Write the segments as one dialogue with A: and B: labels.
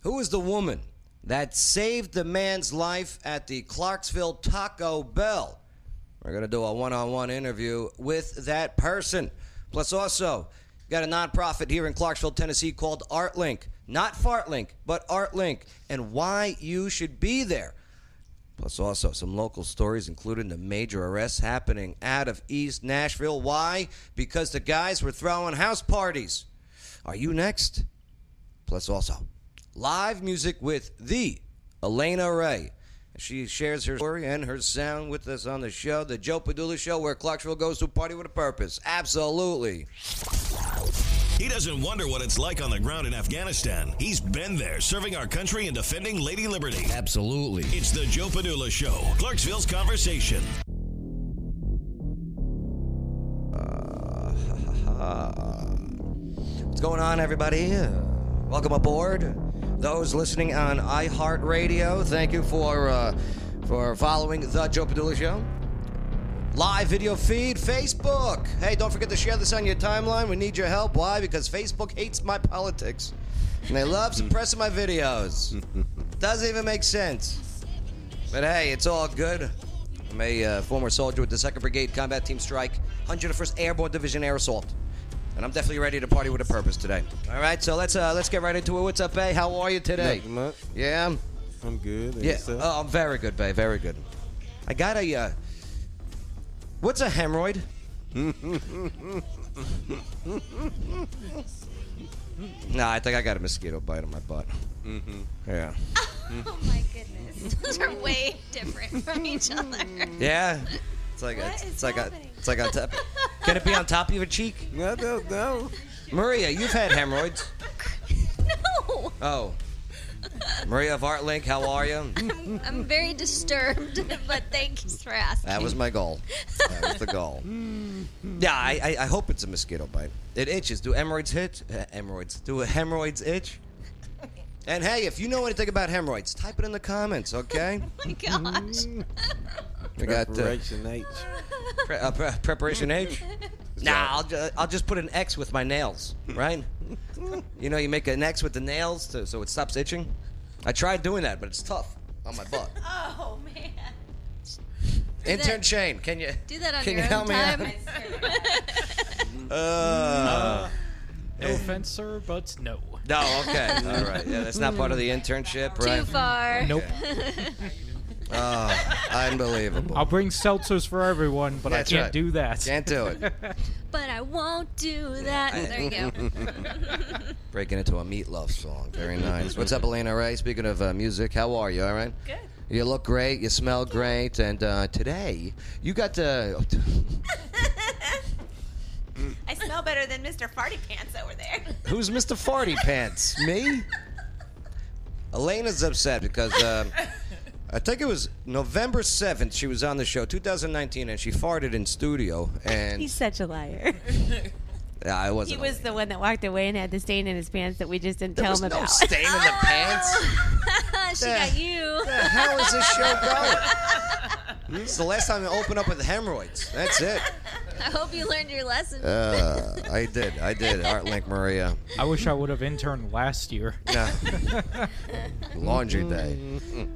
A: Who is the woman that saved the man's life at the Clarksville Taco Bell? We're going to do a one on one interview with that person. Plus, also, we got a nonprofit here in Clarksville, Tennessee called ArtLink. Not FartLink, but ArtLink, and why you should be there. Plus, also some local stories, including the major arrests happening out of East Nashville. Why? Because the guys were throwing house parties. Are you next? Plus, also live music with the Elena Ray. She shares her story and her sound with us on the show, The Joe Padula Show, where Clarksville goes to a party with a purpose. Absolutely.
B: He doesn't wonder what it's like on the ground in Afghanistan. He's been there, serving our country and defending Lady Liberty.
C: Absolutely.
B: It's the Joe Padula Show, Clarksville's conversation.
A: Uh, What's going on, everybody? Welcome aboard. Those listening on iHeartRadio, thank you for uh, for following the Joe Padula Show. Live video feed, Facebook. Hey, don't forget to share this on your timeline. We need your help. Why? Because Facebook hates my politics, and they love suppressing my videos. Doesn't even make sense. But hey, it's all good. I'm a uh, former soldier with the 2nd Brigade Combat Team Strike, 101st Airborne Division Air Assault, and I'm definitely ready to party with a purpose today. All right, so let's uh, let's get right into it. What's up, Bay? How are you today?
D: Nothing much.
A: Yeah,
D: I'm good. And
A: yeah.
D: yourself?
A: Oh, I'm very good, Bay. Very good. I got a. Uh, what's a hemorrhoid? nah, I think I got a mosquito bite on my butt. Mm-hmm. Yeah.
E: Oh my goodness. Those are way different from each other.
A: Yeah. It's like a,
E: What
A: it's,
E: is
A: it's like a,
E: happening?
A: it's like on top. Can it be on top of your cheek?
D: No, no, no.
A: Maria, you've had hemorrhoids.
E: No.
A: Oh. Maria of ArtLink, how are you?
E: I'm, I'm very disturbed, but thanks for asking.
A: That was my goal. That was the goal. Hmm. Yeah, I, I, I hope it's a mosquito bite. It itches. Do hemorrhoids hit? Uh, hemorrhoids. Do hemorrhoids itch? And hey, if you know anything about hemorrhoids, type it in the comments, okay?
E: Oh my gosh.
A: We got uh,
D: Preparation H.
A: pre- uh, pre- preparation H. Nah, I'll, ju- I'll just put an X with my nails, right? you know, you make an X with the nails to, so it stops itching. I tried doing that, but it's tough on my butt.
E: Oh man.
A: Intern Shane, can you
E: Do that on
A: can
E: your
A: you
E: own
A: help
E: time.
A: me? Out? Uh,
F: No offense, sir, but no.
A: No, okay. All right. Yeah, that's not part of the internship, right?
E: Too far.
F: Nope.
A: Oh, unbelievable.
F: I'll bring seltzers for everyone, but
A: That's
F: I can't
A: right.
F: do that.
A: Can't do it.
E: But I won't do that. Oh, There you go.
A: Breaking into a meatloaf song. Very nice. What's up, Elena Ray? Speaking of uh, music, how are you? All right?
E: Good.
A: You look great. You smell great. And uh, today, you got uh, to.
G: I smell better than Mr. Farty Pants over there.
A: Who's Mr. Farty Pants? Me? Elena's upset because uh, I think it was November 7th she was on the show, 2019, and she farted in studio. And
H: He's such a liar.
A: I
H: He
A: wasn't.
H: was the one that walked away and had the stain in his pants that we just didn't
A: there
H: tell
A: was
H: him
A: no
H: about.
A: stain in the pants.
E: she got you.
A: Yeah, How is this show going? It's the last time I open up with hemorrhoids. That's it.
E: I hope you learned your lesson.
A: Uh, I did. I did. Art Link Maria.
F: I wish I would have interned last year.
A: No. Laundry day.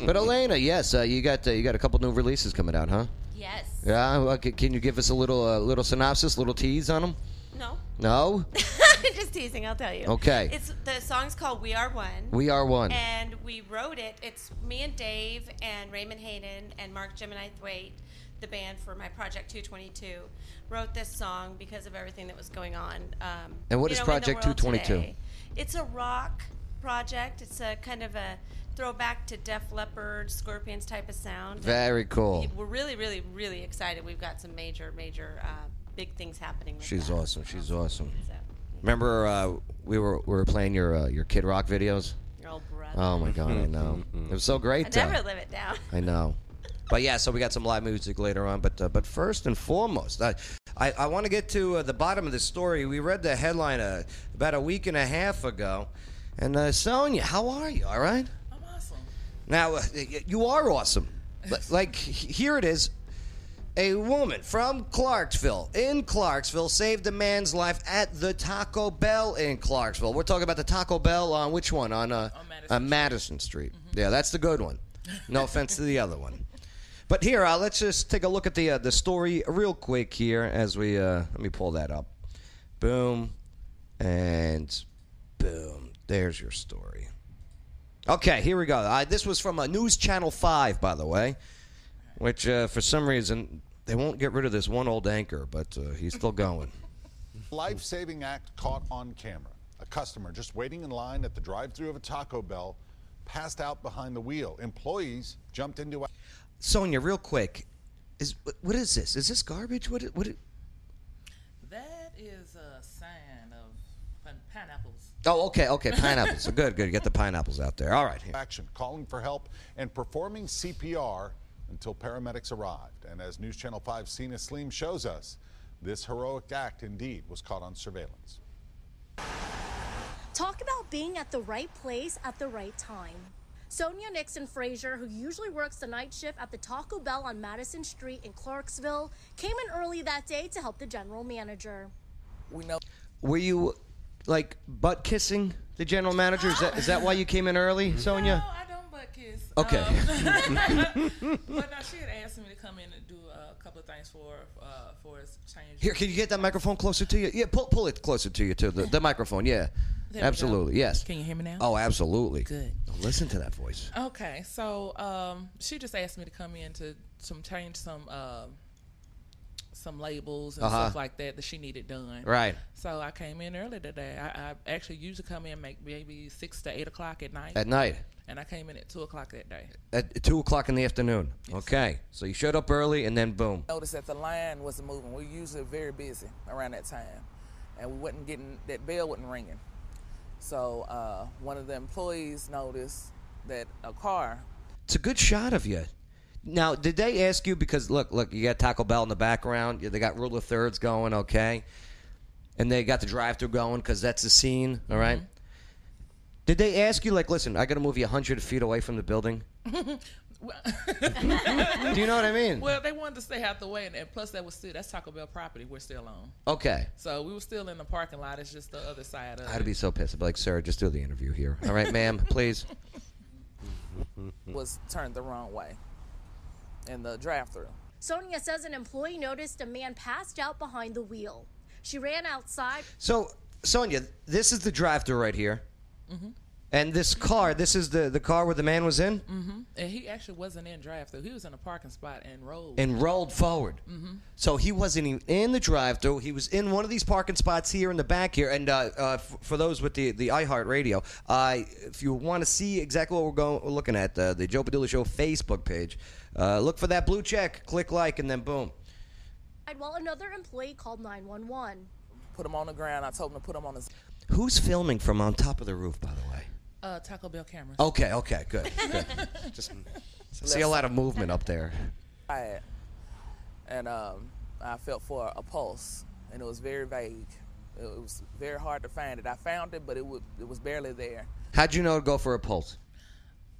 A: But Elena, yes, uh, you got uh, you got a couple new releases coming out, huh?
G: Yes.
A: Yeah. Well, c- can you give us a little uh, little synopsis, little tease on them?
G: No.
A: No.
G: Just teasing. I'll tell you.
A: Okay.
G: It's the song's called "We Are One,"
A: We are one.
G: and we wrote it. It's me and Dave and Raymond Hayden and Mark Gemini Thwaite, the band for my project 222, wrote this song because of everything that was going on. Um,
A: And what
G: you
A: is
G: know, in the
A: Project
G: world
A: 222?
G: today. It's a rock project. It's a kind of a throwback to Def Leppard, Scorpions type of sound.
A: Very cool.
G: We're really, really, really excited. We've got some major, major, uh, big things happening. With
A: She's
G: that.
A: awesome. She's awesome.
G: So,
A: Remember, uh, we were we were playing your uh, your Kid Rock videos.
G: your old brother.
A: Oh my God, I know. It was so great.
G: I
A: uh,
G: never live it down.
A: I know. But yeah, so we got some live music later on. But uh, but first and foremost, I I, I want to get to uh, the bottom of this story. We read the headline uh, about a week and a half ago, and uh, Sonia, how are you? All right.
I: I'm awesome.
A: Now uh, y- you are awesome. L- like h- here it is. A woman from Clarksville, in Clarksville, saved a man's life at the Taco Bell in Clarksville. We're talking about the Taco Bell on which one? On, uh, on Madison, Street. Mm-hmm. Yeah, that's the good one. No offense to the other one. But here, uh, let's just take a look at the uh, the story real quick here as we uh, let me pull that up. Boom, and boom. There's your story. Okay, here we go. Uh, this was from uh, News Channel Five, by the way, which uh, for some reason they won't get rid of this one old anchor, but uh, he's still going.
C: Life saving act caught on camera. A customer just waiting in line at the drive thru of a Taco Bell passed out behind the wheel. Employees jumped into
A: Sonia, real quick, is what- what is this? Is this garbage? What? i- What? i-
I: That is a sign of pin- pineapples.
A: Oh, okay, okay, pineapples. good, good. Get the pineapples out there. All right. here.
C: action, calling for help and performing CPR until paramedics arrived. And as News Channel 5's Sina Slim shows us, this heroic act indeed was caught on surveillance.
J: Talk about being at the right place at the right time. Sonia Nixon Frazier, who usually works the night shift at the Taco Bell on Madison Street in Clarksville, came in early that day to help the general manager.
I: We know
A: Were you like butt kissing the general manager? Is that is that why you came in early, Sonia?
I: No, I don't butt kiss.
A: Okay.
I: Um, but now she had asked me to come in and do uh, a couple of things for uh, for us change.
A: Here, can you get that microphone closer to you? Yeah, pull, pull it closer to you too. The, the microphone, yeah,
I: There we go.
A: absolutely, yes.
I: Can you hear me now?
A: Oh, absolutely.
I: Good.
A: Listen to that voice.
I: Okay, so um, she just asked me to come in to some change some uh, some labels and
A: Uh-huh.
I: stuff like that that she needed done.
A: Right.
I: So I came in early today. I, I actually usually come in make maybe six to eight o'clock at night,
A: At night,
I: and I came in at two o'clock that day.
A: at two o'clock in the afternoon. Okay, so you showed up early, and then boom.
I: Noticed that the line wasn't moving. We usually very busy around that time, and we wasn't getting that bell wasn't ringing. So uh, one of the employees noticed that a car
A: It's a good shot of you. Now, did they ask you because look, look, you got Taco Bell in the background. They got rule of thirds going, okay, and they got the drive-through going because that's the scene. All right. Did they ask you like, listen, I got to move you hundred feet away from the building? Do you know what I mean?
I: Well, they wanted to stay out the way, and, and plus that was still that's Taco Bell property. We're still on,
A: Okay.
I: so we were still in the parking lot. It's just the other side of
A: I'd be so pissed. I'd be like, sir, just do the interview here. All right, ma'am, please.
I: it was turned the wrong way in the drive-through.
J: Sonia says an employee noticed a man passed out behind the wheel. She ran outside,
A: So, Sonia, this is the drive-thru right here. Mm-hmm. And this car, this is the, the car where the man was in
I: Mm-hmm. And he actually wasn't in drive-through. He was in a parking spot and rolled.
A: and rolled forward. So he wasn't even in the drive-thru. He was in one of these parking spots here in the back here. And uh, uh, f- for those with the the iHeart Radio, uh, if you want to see exactly what we're going we're looking at, uh, the Joe Padula Show Facebook page, uh, look for that blue check, click like, and then boom.
J: while another employee called 911.
I: put him on the ground. I told him to put him on his
A: Who's filming from on top of the roof, by the way?
I: uh, Taco Bell camera.
A: Okay, okay, good. good. Just see a lot of movement up there.
I: I- and um, I felt for a pulse, and it was very vague. It was very hard to find it. I found it, but it, would, it was barely there.
A: How'd you know to go for a pulse?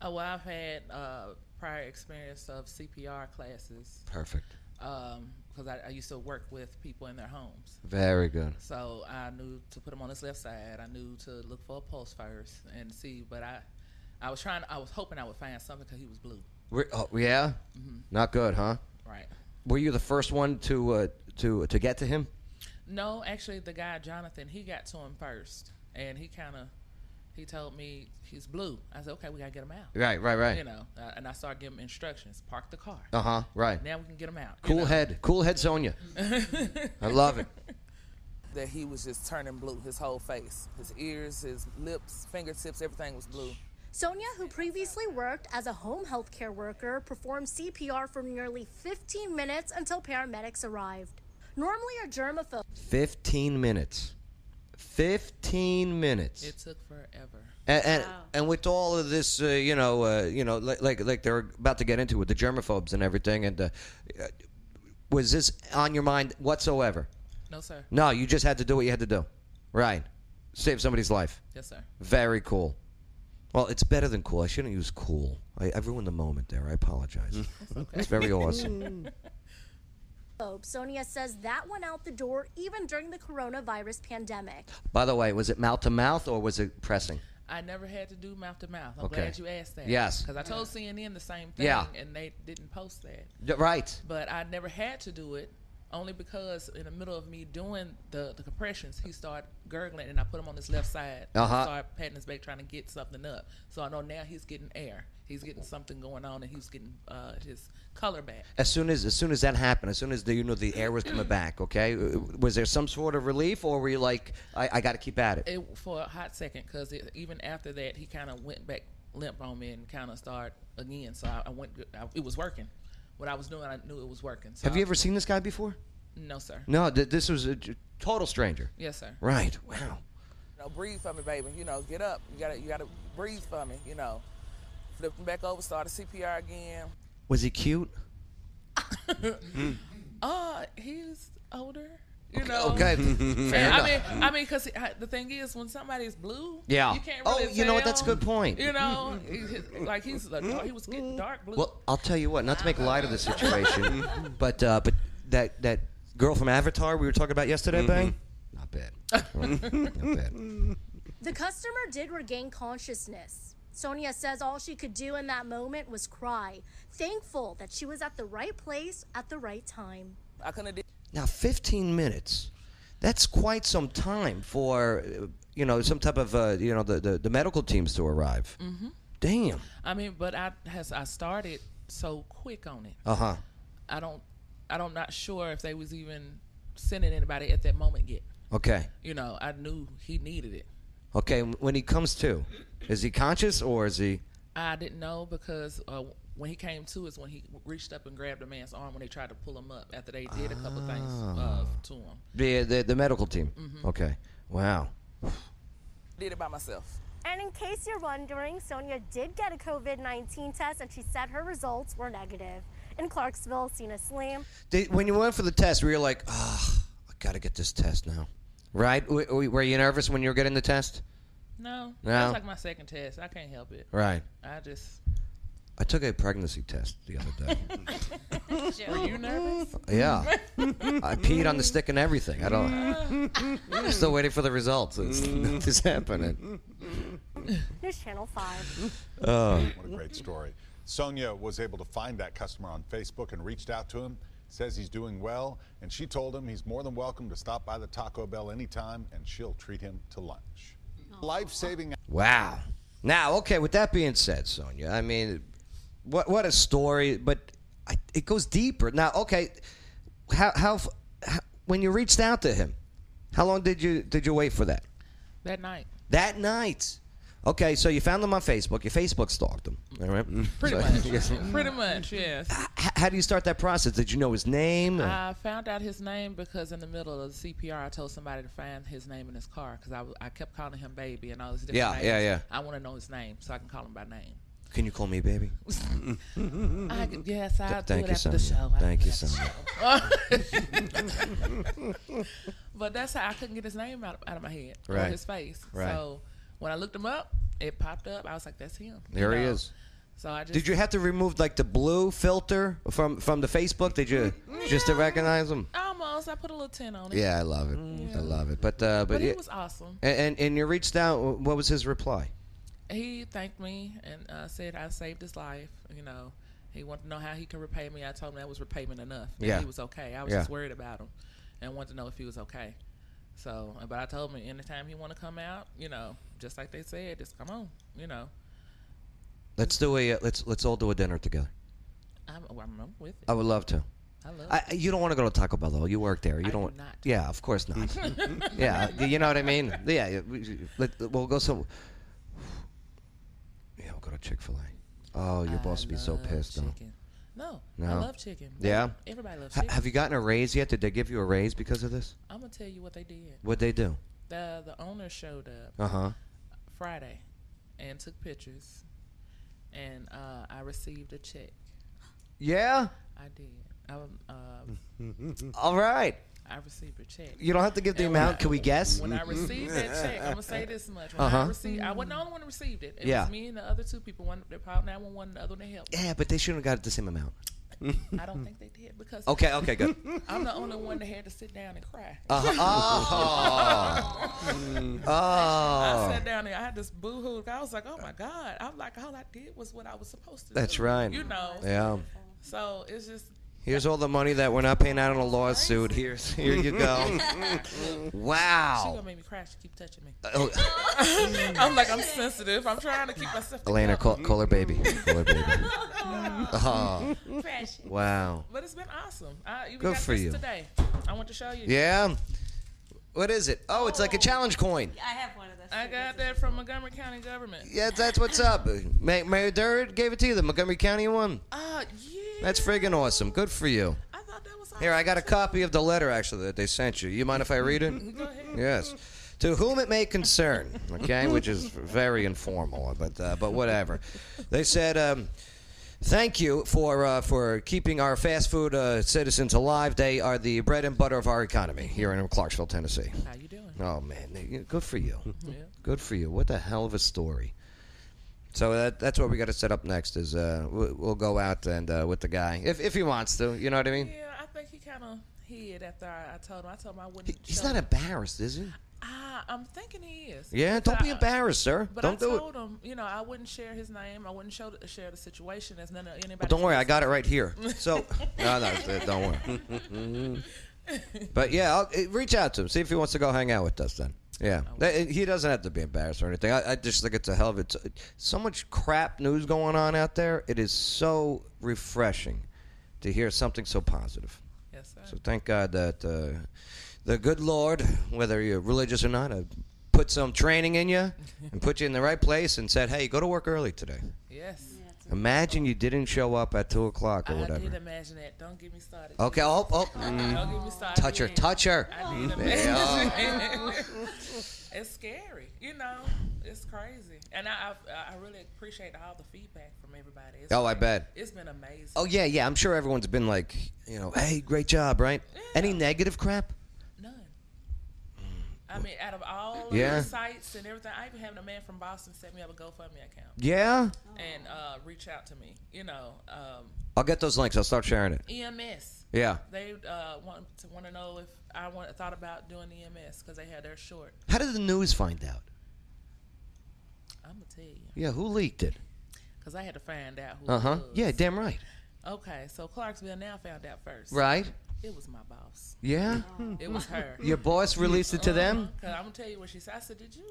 I: Oh, well, I've had uh, prior experience of CPR classes
A: Perfect.
I: because I, I used to work with people in their homes.
A: Very good.
I: So I knew to put him on his left side. I knew to look for a pulse first and see. But I, I was trying. I was hoping I would find something because he was blue.
A: Were, oh, yeah, not good, huh?
I: Mm-hmm. Right.
A: Were you the first one to uh, to to get to him?
I: No, actually, the guy Jonathan, he got to him first, and he kind of, he told me he's blue. I said, okay, we gotta get him out.
A: Right, right, right.
I: You know, uh, and I started giving him instructions. Park the car.
A: Uh huh. Right.
I: Now we can get him out. you
A: cool
I: know.
A: head, cool head, Sonia. I love it.
I: that he was just turning blue, his whole face, his ears, his lips, fingertips, everything was blue.
J: Sonia, who previously worked as a home health care worker, performed CPR for nearly 15 minutes until paramedics arrived. Normally a germaphobe,
A: Fifteen minutes. Fifteen minutes.
I: It took forever.
A: And and, and with all of this, uh, you know, uh, you know, like, like like they're about to get into with the germaphobes and everything. And uh, uh, was this on your mind whatsoever?
I: No, sir.
A: No, you just had to do what you had to do, right? Save somebody's life.
I: Yes, sir.
A: Very cool. Well, it's better than cool. I shouldn't use cool. I, I ruined the moment there. I apologize. It's very awesome.
J: globe, Sonia says that went out the door even during the coronavirus pandemic.
A: By the way, was it mouth to mouth or was it pressing?
I: I never had to do mouth to mouth. I'm
A: Okay.
I: glad you asked that.
A: Yes.
I: Because I told CNN the same thing,
A: Yeah.
I: and they didn't post that.
A: Yeah, right.
I: But I never had to do it, only because in the middle of me doing the, the compressions, he started gurgling, and I put him on his left side. and
A: Uh-huh.
I: Started patting his back, trying to get something up. So I know now he's getting air. He's getting something going on, and he's getting uh, his color back.
A: As soon as as soon as that happened, as soon as the you know the air was coming back, okay, Uh, was there some sort of relief or were you like, I, I got to keep at it?
I: it for a hot second because even after that he kind of went back limp on me and kind of started again so i, I went I, it was working what i was doing i knew it was working so
A: Have you ever seen this guy before?
I: no sir
A: No, th- this was a j- total stranger.
I: yes sir
A: Right. Wow.
I: you know, breathe for me baby you know get up you gotta you gotta breathe for me you know flipped him back over started cpr again
A: Was he cute?
I: uh he's older you
A: Okay-
I: know
A: okay,
I: And
A: fair
I: i mean
A: enough.
I: i mean because the thing is when somebody's blue
A: Yeah.
I: you can't
A: Oh,
I: really
A: you know what?
I: tell.
A: That's a good point.
I: you know he- like he's a dark- he was getting dark blue
A: Well, I'll tell you what. Not to make light of the situation, but uh, but that that girl from Avatar we were talking about yesterday,
K: Mm-hmm.
A: Bang. Not bad. Not bad.
J: The customer did regain consciousness. Sonia says all she could do in that moment was cry, thankful that she was at the right place at the right time.
I: I couldn't have
A: Now, 15 minutes. That's quite some time for uh, you know some type of uh, you know the, the the medical teams to arrive.
I: mm-hmm.
A: Damn.
I: I mean, but I has I started so quick on it.
A: Uh huh.
I: I don't, I don't not sure if they was even sending anybody at that moment yet.
A: Okay.
I: You know, I knew he needed it.
A: Okay. When he comes to, is he conscious or is he?
I: I didn't know because uh, when he came to is when he reached up and grabbed a man's arm when they tried to pull him up after they did a couple things
A: Ah.
I: uh, to him.
A: oh. The the, the medical team.
I: Mhm.
A: Okay. Wow.
I: Did it by myself.
J: And in case you're wondering, Sonia did get a COVID 19 test and she said her results were negative. In Clarksville, Cena Slam.
A: They, when you went for the test, were you like, oh, I got to get this test now, right? W- w- were you nervous when you were getting the test?
I: No,
A: No.
I: that's like my second test. I can't help it.
A: Right.
I: I just.
A: I took a pregnancy test the other day.
I: Were you nervous?
A: yeah, I peed on the stick and everything. I don't. I'm still waiting for the results. It's nothing's happening.
J: News Channel 5.
D: Uh,
A: Oh.
C: What a great story. Sonia was able to find that customer on Facebook and reached out to him. Says he's doing well, and she told him he's more than welcome to stop by the Taco Bell anytime, and she'll treat him to lunch. Life-saving
A: Wow. Now, okay. With that being said, Sonia, I mean, what what a story, but I, it goes deeper. Now, okay, how, how f- how when you reached out to him, how long did you did you wait for that?
I: That night.
A: That night. Okay, so you found them on Facebook. Your Facebook stalked them. All right.
I: Pretty
A: So-
I: much.
A: Yes.
I: Pretty much, yes.
A: H- how do you start that process? Did you know his name?
I: I found out his name because in the middle of the CPR, I told somebody to find his name in his car because I, w- I kept calling him baby and all this different
A: Yeah,
I: names.
A: yeah, yeah.
I: I want to know his name so I can call him by name.
A: Can you call me baby?
I: I, yes, I'll
A: Th- thank
I: do it
A: you,
I: after
A: Sonia.
I: the show. I'll
A: Thank
I: do
A: you,
I: it after the show. but that's how I couldn't get his name out, out of my head or
A: Right.
I: his face.
A: Right.
I: So when I looked him up, it popped up. I was like, that's him. you
A: There he
I: know?
A: is.
I: So I just
A: Did you have to remove like the blue filter from from the Facebook? Did you just to recognize him?
I: almost I put a little tint on it.
A: Yeah, I love it. I love it. But uh, but,
I: But he
A: yeah-
I: was awesome.
A: And, and and you reached out. What was his reply?
I: he thanked me and uh, said I saved his life. You know, he wanted to know how he could repay me. I told him that was repayment enough. That
A: Yeah.
I: he was okay. I was
A: Yeah.
I: just worried about him and wanted to know if he was okay. So, but I told him anytime he want to come out, you know, just like they said, just come on. You know,
A: Let's do a uh, let's let's all do a dinner together.
I: I'm, oh, I'm I'm with it.
A: I would love to.
I: I love
A: I, you don't want to go to Taco Bell though. You work there. You
I: I
A: don't.
I: do not.
A: Yeah, of course not. yeah, y- you know what I mean. Yeah, yeah, we- let, we'll go some. Yeah, we'll go to Chick Fil A. Oh, your boss would be so pissed. though.
I: No, I
A: No.
I: love chicken.
A: Yeah.
I: everybody loves
A: Ha-
I: chicken.
A: have you gotten a raise yet? Did they give you a raise because of this?
I: I'm gonna tell you what they did.
A: What'd they do?
I: The the owner showed up.
A: Uh huh.
I: Friday and took pictures, and uh, I received a check.
A: Yeah.
I: I did. I, um, uh,
A: All right.
I: I received a check.
A: You don't have to give the
I: And when
A: amount.
I: I-
A: Can we guess?
I: When I received that check, I'm gonna say this much. When I
A: Uh-huh.
I: received, I wasn't the only one who received it. It
A: Yeah.
I: was me and the other two people. One that called 911, the other one that helped.
A: Yeah, but they shouldn't have got the same amount.
I: I don't think they did because.
A: Okay, okay, good.
I: I'm the only one that had to sit down and cry.
A: Uh-huh. Oh. Mm. Oh.
I: I sat down there. I had this boo hoo. I was like, oh my God. I'm like, all I did was what I was supposed to
A: That's
I: do.
A: right.
I: You know?
A: Yeah.
I: So it's just.
A: Here's all the money that we're not paying out on a lawsuit. Here's here you go.
I: Mm. She
A: wow.
I: gonna make me cry. She keep touching me.
A: Oh.
I: I'm like I'm sensitive. I'm trying to keep myself.
A: Elena, call,
I: together.
A: call her baby. Call her baby. Oh.
I: Precious.
A: Wow.
I: But it's been awesome. I even
A: Good
I: got
A: for
I: this
A: you.
I: today. I want to show you.
A: Yeah. What is it? Oh, it's like a challenge coin.
I: I have one of those. I got that from Montgomery County government.
A: Yeah, that's what's up. Ma- Mayor Durrett gave it to you, the Montgomery County one.
I: Uh, yeah.
A: That's friggin' awesome. Good for you. I thought that was Here, I got a copy of the letter actually that they sent you. You mind if I read it?
I: Go ahead.
A: Yes. To whom it may concern, okay, which is very informal, but uh, but whatever. They said, um, "Thank you for uh, for keeping our fast food uh, citizens alive. They are the bread and butter of our economy here in Clarksville, Tennessee."
I: How you doing?
A: Oh man, they- you- good for you. Good for you. What the hell of a story. So that, that's what we got to set up next. Is uh, we'll, we'll go out and uh, with the guy if if he wants to. You know what I mean?
I: Yeah, I think he kind of hid after I, I told him. I told him I wouldn't.
A: He's
I: show
A: not
I: him.
A: embarrassed, is he?
I: Ah, I'm thinking he is.
A: Yeah, don't be
I: But I-
A: embarrassed, sir.
I: But
A: Don't
I: I
A: do it.
I: told him, you know, I wouldn't share his name. I wouldn't show the, share the situation. As none of anybody.
A: Well, don't worry, I
I: should-
A: got it right here. So no, no, th- don't worry. but yeah, I'll, eh, reach out to him, see if he wants to go hang out with us. Then, yeah,
I: Oh,
A: That- eh, he doesn't have to be embarrassed or anything. I, I just think it's a hell of it. So much crap news going on out there. It is so refreshing to hear something so positive.
I: Yes, sir.
A: So thank God that uh, the good Lord, whether you're religious or not, uh, put some training in you and put you in the right place and said, "Hey, go to work early today."
I: Yes.
A: Imagine you didn't show up at two o'clock or
I: I
A: whatever.
I: did imagine that. Don't get me started.
A: Okay. Oh, oh.
I: Don't get me started.
A: Touch her. Touch her. Mm-hmm.
I: I did
A: Yeah.
I: imagine. it's scary, you know. It's crazy, and I I, I really appreciate all the feedback from everybody. It's
A: Oh, I
I: great.
A: bet.
I: It's been amazing.
A: Oh yeah, yeah. I'm sure everyone's been like, you know, hey, great job, right? Any negative crap?
I: I mean, out of all of
A: Yeah.
I: the sites and everything, I even had a man from Boston set me up a GoFundMe account.
A: Yeah?
I: And uh, reach out to me. You know, um,
A: I'll get those links. I'll start sharing it.
I: EMS.
A: Yeah.
I: E They uh, want to want to know if I want, thought about doing E EMS because they had their short.
A: How did the news find out?
I: I'm gonna tell you
A: Yeah, who leaked it?
I: because I had to find out who. it
A: Uh huh.
I: was.
A: Yeah, damn right.
I: Okay, so Clarksville now found out first.
A: Right.
I: It was my boss.
A: Yeah?
I: It was her.
A: Your boss released it to them?
I: Because I'm gonna tell you what she said. I said, "Did you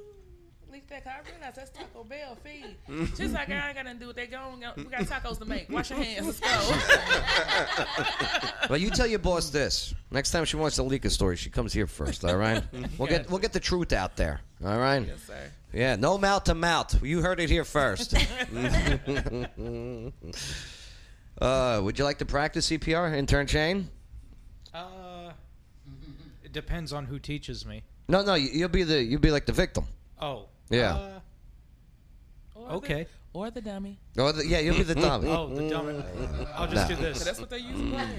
I: leak that?" 'Cause I realized that's Taco Bell feed. She's like, "I ain't got nothing to do with that. Go on, go- we got tacos to make. Wash your hands. Let's go."
A: well, you tell your boss this. Next time she wants to leak a story, she comes here first. All right. We'll get we'll get the truth out there. All right.
I: Yes, sir.
A: Yeah. No mouth to mouth. You heard it here first. uh, would you like to practice CPR, intern Shane?
F: Uh, it depends on who teaches me.
A: No, no. you- You'll be the you'll be like the victim.
F: Oh.
A: Yeah.
F: Uh,
I: Or
F: okay.
I: The, or the dummy.
A: Oh, the, yeah, you'll be the dummy.
F: oh, the dummy. I'll just
A: No.
F: do this.
I: That's what they use.
A: Let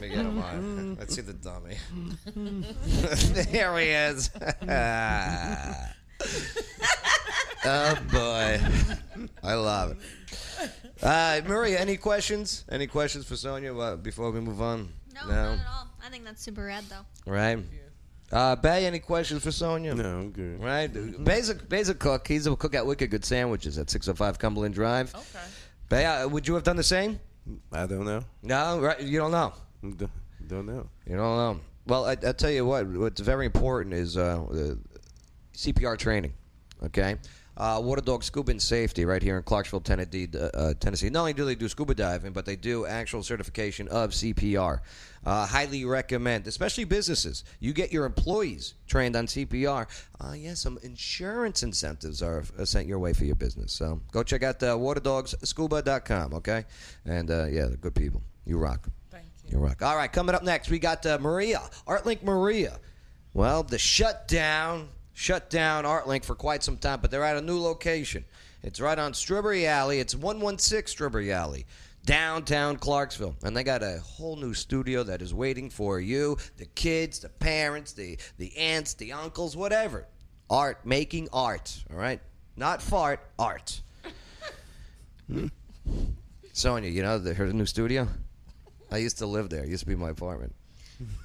A: me get him on. Let's see the dummy. there he is. oh boy, I love it. Uh, Maria, any questions? Any questions for Sonia uh, before we move on?
E: No, not at all. I think that's super rad, though.
A: Right. Uh, Bay, any questions for Sonia? No,
D: I'm good.
A: Right. Bay's a, Bay's a cook. He's a cook at Wicked Good Sandwiches at 605 Cumberland Drive. Okay. Bay, uh, would you have done the same?
D: I don't know.
A: No, right. You don't know.
D: D- don't know.
A: You don't know. Well, I, I tell you what. What's very important is uh, uh, CPR training. Okay. Uh, Water Dog Scuba and Safety, right here in Clarksville, Tennessee. Uh, uh, Tennessee. Not only do they do scuba diving, but they do actual certification of CPR. Uh, highly recommend, especially businesses. You get your employees trained on CPR. Uh, yeah, some insurance incentives are uh, sent your way for your business. So go check out uh, the waterdogsscuba.com, okay? And uh, yeah, they're good people. You rock. You're rock. All right, coming up next, we got uh, Maria, ArtLink Maria. Well, the shutdown, shut down ArtLink for quite some time, but they're at a new location. It's right on Strawberry Alley. It's 116 Strawberry Alley, downtown Clarksville. And they got a whole new studio that is waiting for you, the kids, the parents, the, the aunts, the uncles, whatever. Art, making art, all right? Not fart, art. Sonia, you know the, her new studio? I used to live there. It used to be my apartment.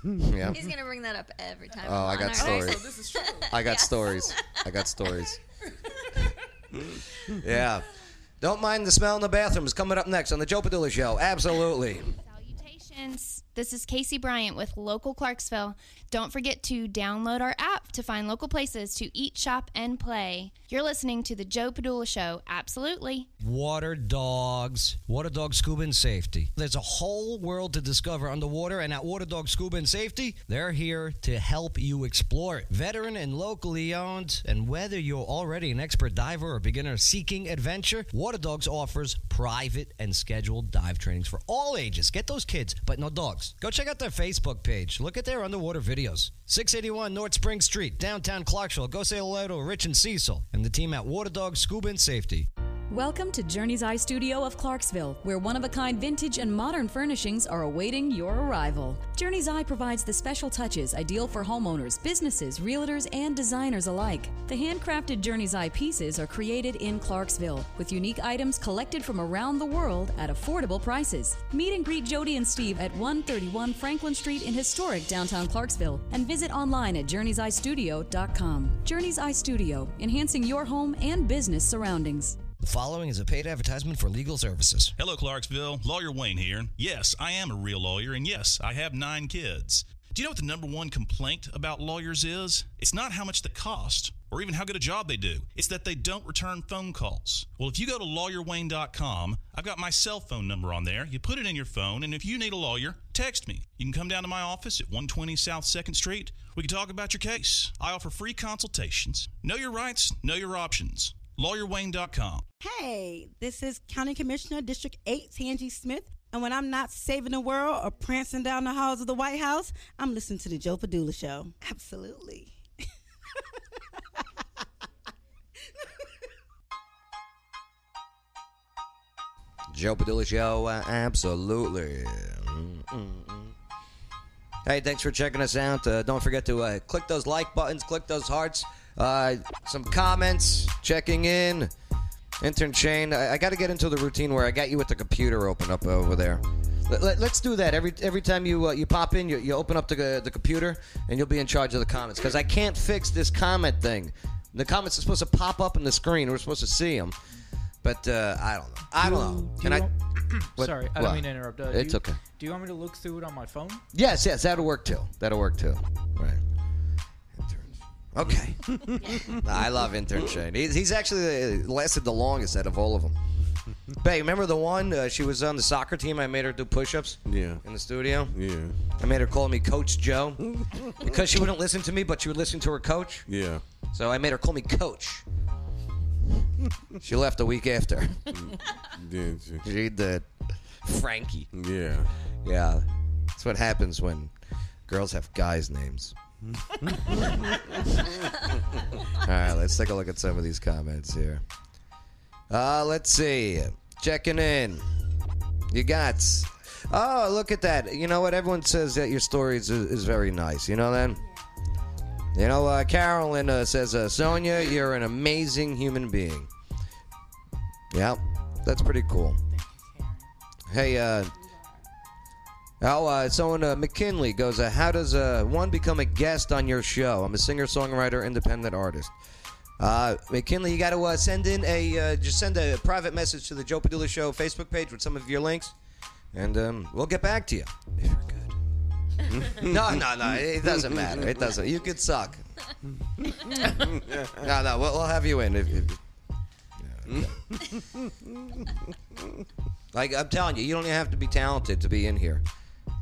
A: yeah.
E: He's gonna bring that up every time.
A: Oh, I
E: I'm on
A: got
E: our
A: stories.
E: show.
A: I got
E: Yes.
A: stories. I got stories. yeah. Don't mind the smell in the bathroom. It's coming up next on the Joe Padula Show. Absolutely.
L: Salutations. This is Casey Bryant with Local Clarksville. Don't forget to download our app to find local places to eat, shop, and play. You're listening to The Joe Padula Show. Absolutely.
M: Water dogs, water dog scuba and safety. There's a whole world to discover underwater, and at Water Dog Scuba and Safety, they're here to help you explore it. Veteran and locally owned, and whether you're already an expert diver or beginner seeking adventure, Water Dogs offers private and scheduled dive trainings for all ages. Get those kids, but no dogs. Go check out their Facebook page. Look at their underwater videos. 681 North Spring Street, downtown Clarksville. Go say hello to Rich and Cecil and the team at Water Dog Scuba and Safety.
N: Welcome to Journey's Eye Studio of Clarksville, where one of a kind vintage and modern furnishings are awaiting your arrival. Journey's Eye provides the special touches ideal for homeowners, businesses, realtors, and designers alike. The handcrafted Journey's Eye pieces are created in Clarksville with unique items collected from around the world at affordable prices. Meet and greet Jody and Steve at 131 Franklin Street in historic downtown Clarksville and visit online at journeyseyestudio.com. Journey's Eye Studio, enhancing your home and business surroundings.
M: The following is a paid advertisement for legal services.
O: Hello, Clarksville. Lawyer Wayne here. Yes, I am a real lawyer, and yes, I have nine kids. Do you know what the number one complaint about lawyers is? It's not how much they cost or even how good a job they do, it's that they don't return phone calls. Well, if you go to lawyerwayne.com, I've got my cell phone number on there. You put it in your phone, and if you need a lawyer, text me. You can come down to my office at 120 South 2nd Street. We can talk about your case. I offer free consultations. Know your rights, know your options. LawyerWayne.com.
P: Hey, this is County Commissioner District 8 Tangi Smith, and when I'm not saving the world or prancing down the halls of the White House, I'm listening to the Joe Padula show. Absolutely.
A: Joe Padilla Show, uh, absolutely. Mm, mm, mm. Hey, thanks for checking us out. Uh, don't forget to uh, click those like buttons, click those hearts, uh, some comments, checking in. Intern Shane, I, I got to get into the routine where I got you with the computer open up over there. Let, us do that every every time you uh, you pop in, you, you open up the uh, the computer, and you'll be in charge of the comments because I can't fix this comment thing. The comments are supposed to pop up on the screen. We're supposed to see them, but uh, I don't know. I don't know.
F: Do
A: Can
F: you
A: I?
F: want-
A: What-
F: Sorry, I
A: what?
F: don't mean to interrupt. Uh, do
A: it's
F: you-
A: okay.
F: Do you want me to look through it on my phone?
A: Yes, yes, that'll work too. That'll work too. Right. Okay. Nah, I love intern Shane. He's, he's actually the, lasted the longest out of all of them. Bay, remember the one? Uh, she was on the soccer team. I made her do push ups
D: Yeah.
A: in the studio.
D: Yeah.
A: I made her call me Coach Joe because she wouldn't listen to me, but she would listen to her coach.
D: Yeah.
A: So I made her call me Coach. She left a week after.
D: Did you?
A: She did. Frankie.
D: Yeah.
A: Yeah. That's what happens when girls have guys' names. All right, let's take a look at some of these comments here. Uh, let's see. Checking in. You got. Oh, look at that. You know what? Everyone says that your story is, is very nice. You know that? You know, uh, Carolyn uh, says, uh, Sonia, you're an amazing human being. Yeah, that's pretty cool. Hey, uh, oh, uh, someone, uh, McKinley goes, uh, How does uh, one become a guest on your show? I'm a singer, songwriter, independent artist. Uh, McKinley, you got to uh, send in a, uh, just send a private message to the Joe Padula Show Facebook page with some of your links, and um, we'll get back to you. If you're good. no, no, no, it doesn't matter. It doesn't. You could suck. No, no, we'll, we'll have you in. If, if, like I'm telling you, you don't even have to be talented to be in here.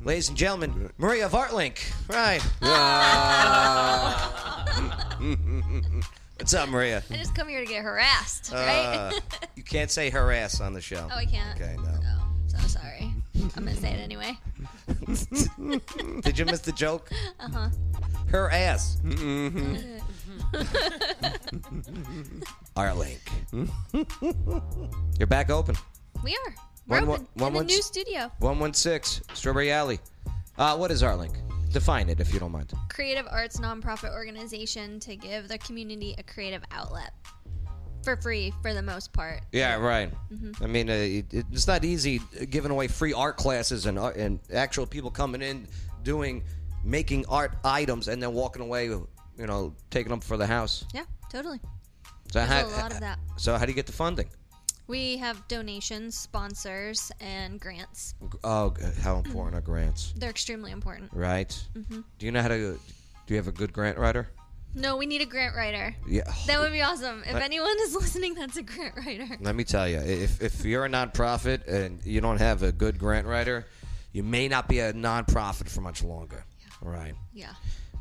A: Ladies and gentlemen, Maria Vartlink. Right. Uh, what's up, Maria?
E: I just come here to get harassed, right?
A: Uh, you can't say harass on the show.
E: oh, I can't.
A: Okay, no.
E: Oh, so sorry. I'm gonna say it anyway.
A: Did you miss the joke?
E: Uh huh.
A: Her ass.
E: Mm-hmm.
A: Our link. You're back open.
E: we are. We're
A: One-
E: open
A: one-
E: in the
A: one-
E: new studio.
A: 116 Strawberry Alley. Uh, what is Artlink? Define it if you don't mind.
E: Creative arts nonprofit organization to give the community a creative outlet. for free for the most part.
A: Yeah, right.
E: Mhm.
A: I mean, uh, it, it- it's not easy giving away free art classes and uh, and actual people coming in doing making art items and then walking away, you know, taking them for the house.
E: Yeah, totally.
A: So
E: There's
A: how,
E: a lot of that.
A: So how do you get the funding?
E: We have donations, sponsors, and grants.
A: Oh, g- how important are grants?
E: They're extremely important.
A: Right.
E: Mhm.
A: Do you know how to? Do you have a good grant writer?
E: No, we need a grant writer.
A: Yeah.
E: That would be awesome. If
A: Let-
E: anyone is listening, that's a grant writer.
A: Let me tell you, if, if you're a nonprofit and you don't have a good grant writer, you may not be a nonprofit for much longer. All Right.
E: Yeah.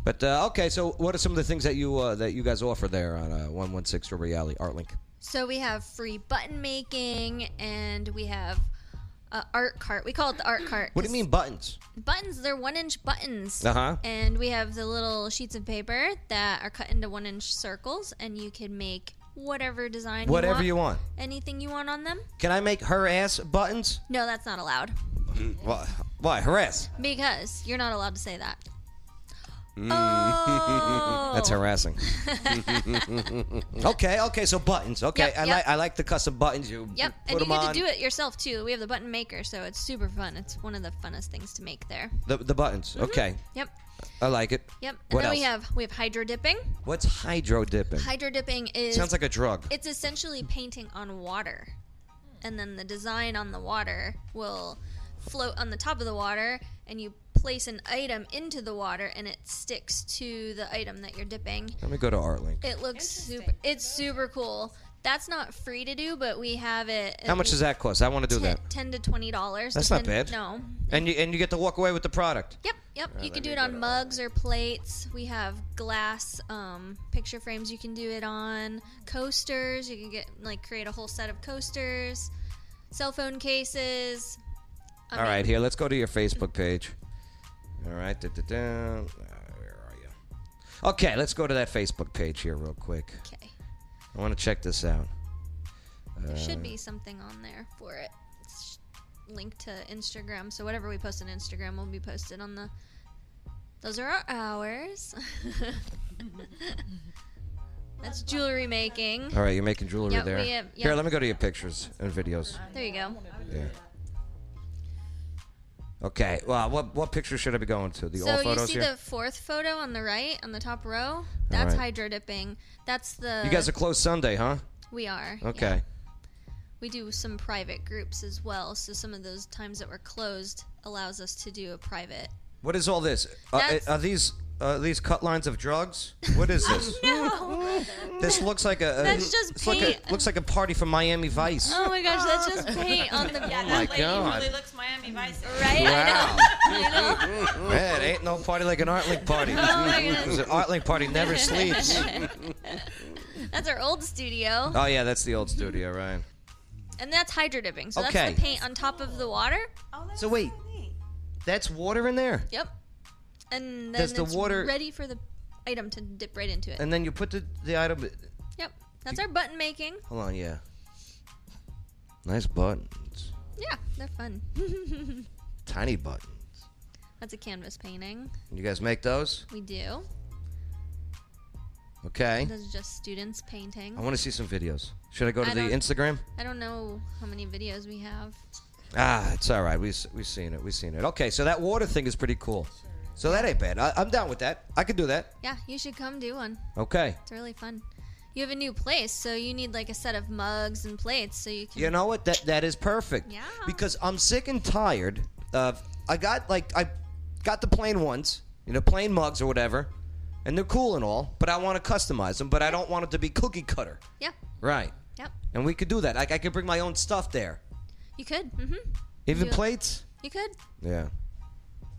A: But uh, okay, so what are some of the things that you uh, that you guys offer there on uh, one one six Strawberry Alley ArtLink?
E: So we have free button making, and we have uh, art cart. We call it the art cart.
A: What do you mean buttons?
E: Buttons, they're one inch buttons.
A: Uh-huh.
E: And we have the little sheets of paper that are cut into one inch circles, and you can make whatever design
A: Whatever you
E: you want.
A: want.
E: Anything you want on them?
A: Can I make her ass buttons?
E: No, that's not allowed.
A: Why, why her ass?
E: Because you're not allowed to say that. Oh.
A: Mm. That's harassing. okay, okay, so buttons. Okay,
E: Yep,
A: I
E: yep.
A: like I like the custom buttons. You
E: Yep, and
A: put
E: you
A: them
E: get
A: on
E: to do it yourself too. We have the button maker, so it's super fun. It's one of the funnest things to make there.
A: the the buttons. Okay,
E: Mm-hmm. Yep,
A: I like it.
E: yep. And
A: What
E: then
A: else?
E: we have we have hydro dipping.
A: What's hydro dipping?
E: Hydro dipping is
A: Sounds like a drug.
E: It's essentially painting on water, and then the design on the water will float on the top of the water, and you place an item into the water, and it sticks to the item that you're dipping.
A: Let me go to ArtLink.
E: It looks super. It's super cool. That's not free to do, but we have it.
A: How much does that cost? I want to do
E: Ten-
A: that.
E: Ten to twenty dollars.
A: That's not bad.
E: No.
A: And you and you get to walk away with the product.
E: Yep, yep.
A: Alright,
E: you
A: let
E: can do
A: me
E: it
A: go
E: on
A: to-
E: mugs or plates. We have glass um, picture frames. You can do it on coasters. You can get like create a whole set of coasters, cell phone cases.
A: All right, here, let's go to your Facebook page. All right, da, da, da. Uh, where are you? Okay, let's go to that Facebook page here real quick.
E: Okay.
A: I want to check this out.
E: There
A: Uh,
E: should be something on there for it. It's linked to Instagram. So whatever we post on Instagram will be posted on the. Those are our hours. That's jewelry making.
A: Uh, All right, you're making jewelry
E: Yeah,
A: there.
E: we have- yeah.
A: Here, let me go to your pictures and videos.
E: There you go.
A: Yeah. Okay. Well, what what picture should I be going to? The
E: so
A: all photos
E: you see
A: here.
E: the fourth photo on the right, on the top row. That's
A: right.
E: hydro dipping. That's the.
A: you guys are closed Sunday, huh?
E: We are. yeah.
A: Okay.
E: We do some private groups as well. So some of those times that we're closed allows us to do a private.
A: What is all this? Uh,
E: That's-
A: are these uh, these cut lines of drugs? What is this?
E: No.
A: This looks like a, a
E: That's just
A: it's like a-
E: paint.
A: looks like a party from Miami Vice.
E: Oh my gosh, that's just paint on the
A: Oh my God.
E: looks Miami Vice. Right?
A: Wow.
E: I know.
A: Man, ain't no party like an Art Link party. Mm-hmm.
E: Oh my goodness.
A: An Art Link party never sleeps.
E: that's our old studio.
A: oh yeah, that's the old studio, right?
E: And that's hydro dipping. So
A: Okay.
E: that's the paint on top of the water.
A: So wait, that's water in there,
E: Yep. And then
A: Does the
E: it's
A: water-
E: ready for the item to dip right into it.
A: and then you put the the item.
E: yep. That's our button making.
A: Hold on, yeah. Nice buttons,
E: Yeah, they're fun.
A: tiny button.
E: that's a canvas painting.
A: You guys make those?
E: We do.
A: Okay.
E: That's just students painting.
A: I want to see some videos. Should I go to
E: I
A: the
E: don't-
A: Instagram?
E: I don't know how many videos we have.
A: Ah, it's all right. We s- we seen it. We seen it. Okay, so that water thing is pretty cool. So that ain't bad. I, I'm down with that. I could do that.
E: Yeah, you should come do one.
A: Okay.
E: It's really fun. You have a new place, so you need like a set of mugs and plates so you can.
A: You know what? That that is perfect.
E: Yeah.
A: Because I'm sick and tired of I got like I got the plain ones, you know, plain mugs or whatever, and they're cool and all, but I want to customize them, but I don't want it to be cookie cutter.
E: Yeah.
A: Right.
E: Yep.
A: And we could do that. Like I could bring my own stuff there.
E: You could. Mm-hmm.
A: Even
E: You-
A: plates?
E: You could.
A: Yeah.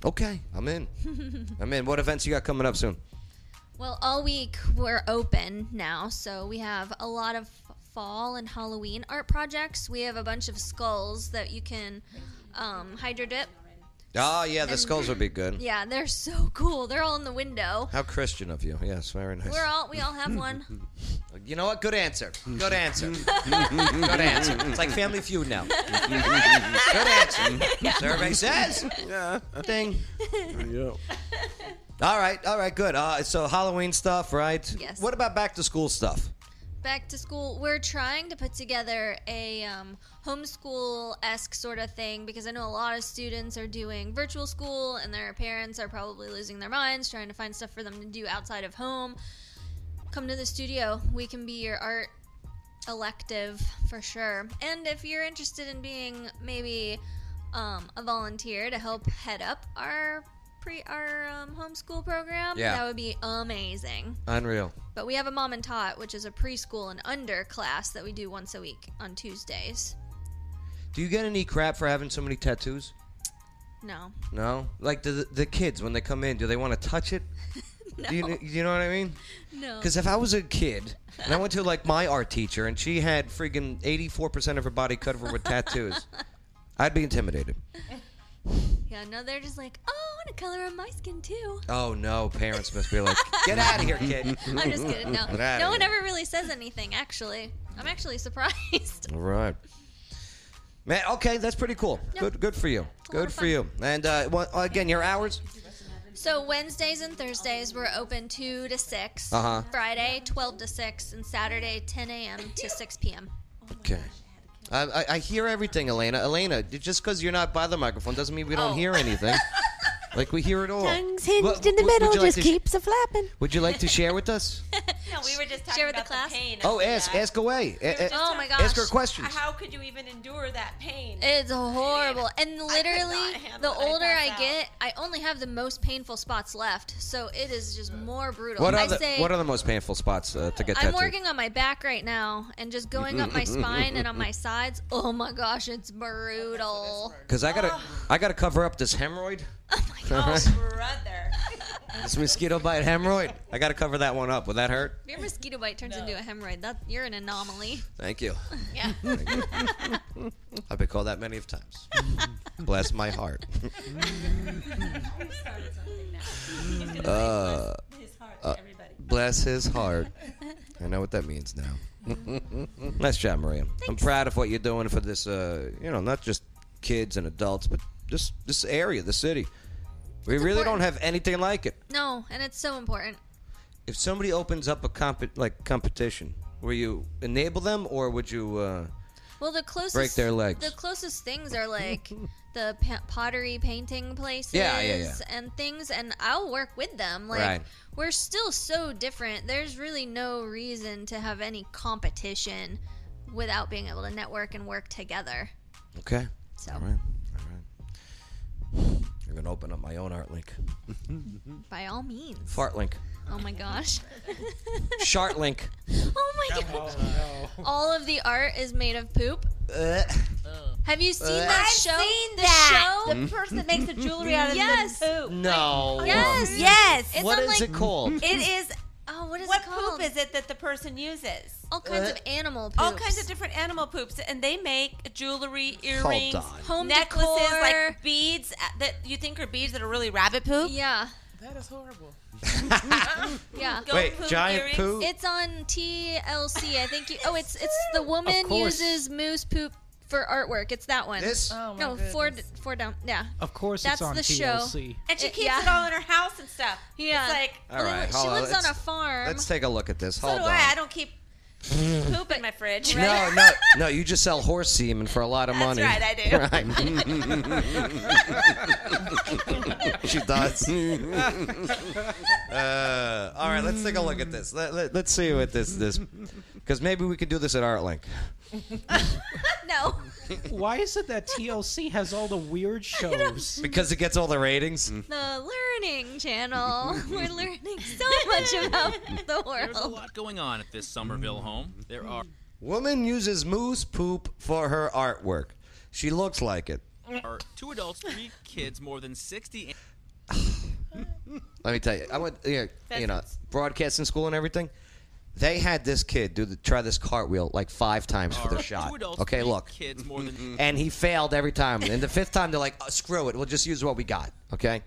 A: Okay, I'm in. I'm in. What events you got coming up soon?
E: Well, all week we're open now, so we have a lot of fall and Halloween art projects. We have a bunch of skulls that you can um, hydro dip.
A: Oh, yeah, the
E: And-
A: skulls would be good.
E: Yeah, they're so cool. They're all in the window.
A: How Christian of you. Yes, very nice.
E: We're all we all have one.
A: You know what? Good answer. Good answer. Good answer. It's like Family Feud now. Good answer. Survey says. Ding. All right. All right. Good. Uh, so Halloween stuff, right?
E: Yes.
A: What about back to school stuff?
E: back to school, we're trying to put together a um, homeschool esque sort of thing because I know a lot of students are doing virtual school and their parents are probably losing their minds trying to find stuff for them to do outside of home. Come to the studio, we can be your art elective for sure. And if you're interested in being maybe um, a volunteer to help head up our pre our um, homeschool program,
A: Yeah.
E: that would be amazing.
A: Unreal.
E: But we have a mom and tot, which is a preschool and under class that we do once a week on Tuesdays.
A: Do you get any crap for having so many tattoos?
E: No,
A: No. Like the the kids when they come in, do they want to touch it?
E: no,
A: Do you, kn- you know what I mean?
E: no.
A: Because if I was a kid and I went to like my art teacher and she had freaking 84% of her body covered with tattoos, I'd be intimidated.
E: yeah, no, they're just like, oh, I want to color on my skin too.
A: Oh no, parents must be like, get out of here, kid.
E: I'm just kidding. No,
A: Get outta
E: no one
A: here.
E: ever really says anything. Actually, I'm actually surprised.
A: All right. Man, okay, that's pretty cool. Good, good for you. Good for you. And uh, well, again, your hours.
E: So Wednesdays and Thursdays we're open two to 6
A: Uh-huh.
E: Friday twelve to six, and Saturday ten a.m. to six p.m.
A: Okay. I, I, I hear everything, Elena. Elena, d- just because you're not by the microphone doesn't mean we don't
E: Oh.
A: hear anything. like we hear it all.
E: Tongues
A: Wha-
P: hinged
A: wha-
P: in the
A: would
P: middle,
A: you like
P: just
A: to sh-
P: keeps a flapping.
A: Would you like to share with us?
G: No, we were just talking about the, pain.
A: Oh,
G: of
A: ask,
G: that.
A: ask away. A-
G: We were
A: a-
G: just
E: Oh
G: talking-
A: Eh, Ask her questions.
G: How could you even endure that pain?
E: It's horrible. And literally,
G: handle
E: the
G: it. I
E: older I,
G: passed out.
E: get, I only have the most painful spots left. So it is just more brutal.
A: What
E: I
A: are the
E: say,
A: What are the most painful spots uh, to get
E: I'm
A: tattooed?
E: working on my back right now and just going up my spine and on my sides. Oh my gosh, it's brutal.
A: Because I gotta I gotta cover up this hemorrhoid. Oh my
E: brother.
A: this mosquito bite hemorrhoid. I gotta cover that one up. Would that hurt?
E: Your mosquito bite turns into a hemorrhoid. That you're an anomaly.
A: Thank you.
E: Yeah.
A: I've been called that many of times. Bless my heart. Uh, uh, bless his heart. I know what that means now.
E: Mm-hmm.
A: nice job, Maria. I'm proud of what you're doing for this. Uh, you know, not just kids and adults, but this this area, the city. We really don't have anything like it.
E: no, and it's so important.
A: If somebody opens up a comp- like competition, will you enable them or would you? Uh,
E: Well, the closest
A: Break their legs.
E: The closest things are like the pa- pottery painting places
A: Yeah, yeah, yeah.
E: and things, and I'll work with them. Like
A: Right.
E: we're still so different. There's really no reason to have any competition without being able to network and work together.
A: Okay.
E: So.
A: All right. All right. I'm gonna open up my own art link.
E: By all means.
A: Fart link.
E: Oh my gosh.
A: Shart link.
E: oh my gosh. All of the art is made of poop.
A: Uh,
E: Have you seen
A: Uh.
E: that
A: I've
E: show?
K: seen
E: the
K: that.
E: show?
A: The person that makes
K: the jewelry out of the
E: yes.
K: poop.
A: no.
K: Yes, yes.
A: It's What on, is like- it called?
K: It is.
E: Oh, what is
K: what
E: it called?
K: poop is it that the person uses?
E: All kinds
A: Uh,
E: of animal poops.
K: All kinds of different animal poops, and they make jewelry, earrings,
A: on.
E: Home
K: necklaces,
E: decor.
K: like beads uh, that you think are beads that are really rabbit poop.
E: Yeah.
I: That is horrible.
E: Yeah.
K: Goat Wait, poop giant earrings? poop?
E: It's on TLC. I think you. Oh, it's it's the
A: Of
E: woman
A: course.
E: uses moose poop for artwork. It's that one.
A: This? Oh, my
E: no, four d- four down. Yeah.
F: Of course
E: That's
F: it's on
E: the
F: TLC.
E: show.
K: And she
E: It-
K: keeps
E: yeah.
K: it all in her house and stuff.
E: Yeah.
K: It's like
A: All right.
E: she
A: hold
E: lives on
A: let's-
E: a farm.
A: Let's take a look at this.
K: so
A: Hold
K: do
A: on.
K: I. I don't keep poop in my fridge.
A: No, no, no. You just sell horse semen for a lot of money.
K: right, I do.
A: Right. she does. uh, all right, let's take a look at this. Let, let, let's see what this this because maybe we could do this at ArtLink.
E: no.
F: Why is it that TLC has all the weird shows?
A: Because it gets all the ratings.
E: Mm-hmm. The learning channel. We're learning so much about the world.
Q: There's a lot going on at this
F: Mm.
Q: Somerville home. There are
A: Woman uses moose poop for her artwork. She looks like it.
Q: are two adults, three kids, more than 60.
A: Let me tell you, I went, yeah, you know, broadcasting school and everything. They had this kid do the try this cartwheel like five times for
Q: Are
A: the
Q: two
A: shot.
Q: adults,
A: Okay,
Q: three
A: look,
Q: kids, more than-
A: and he failed every time. And the fifth time, they're like, oh, "Screw it, we'll just use what we got." Okay,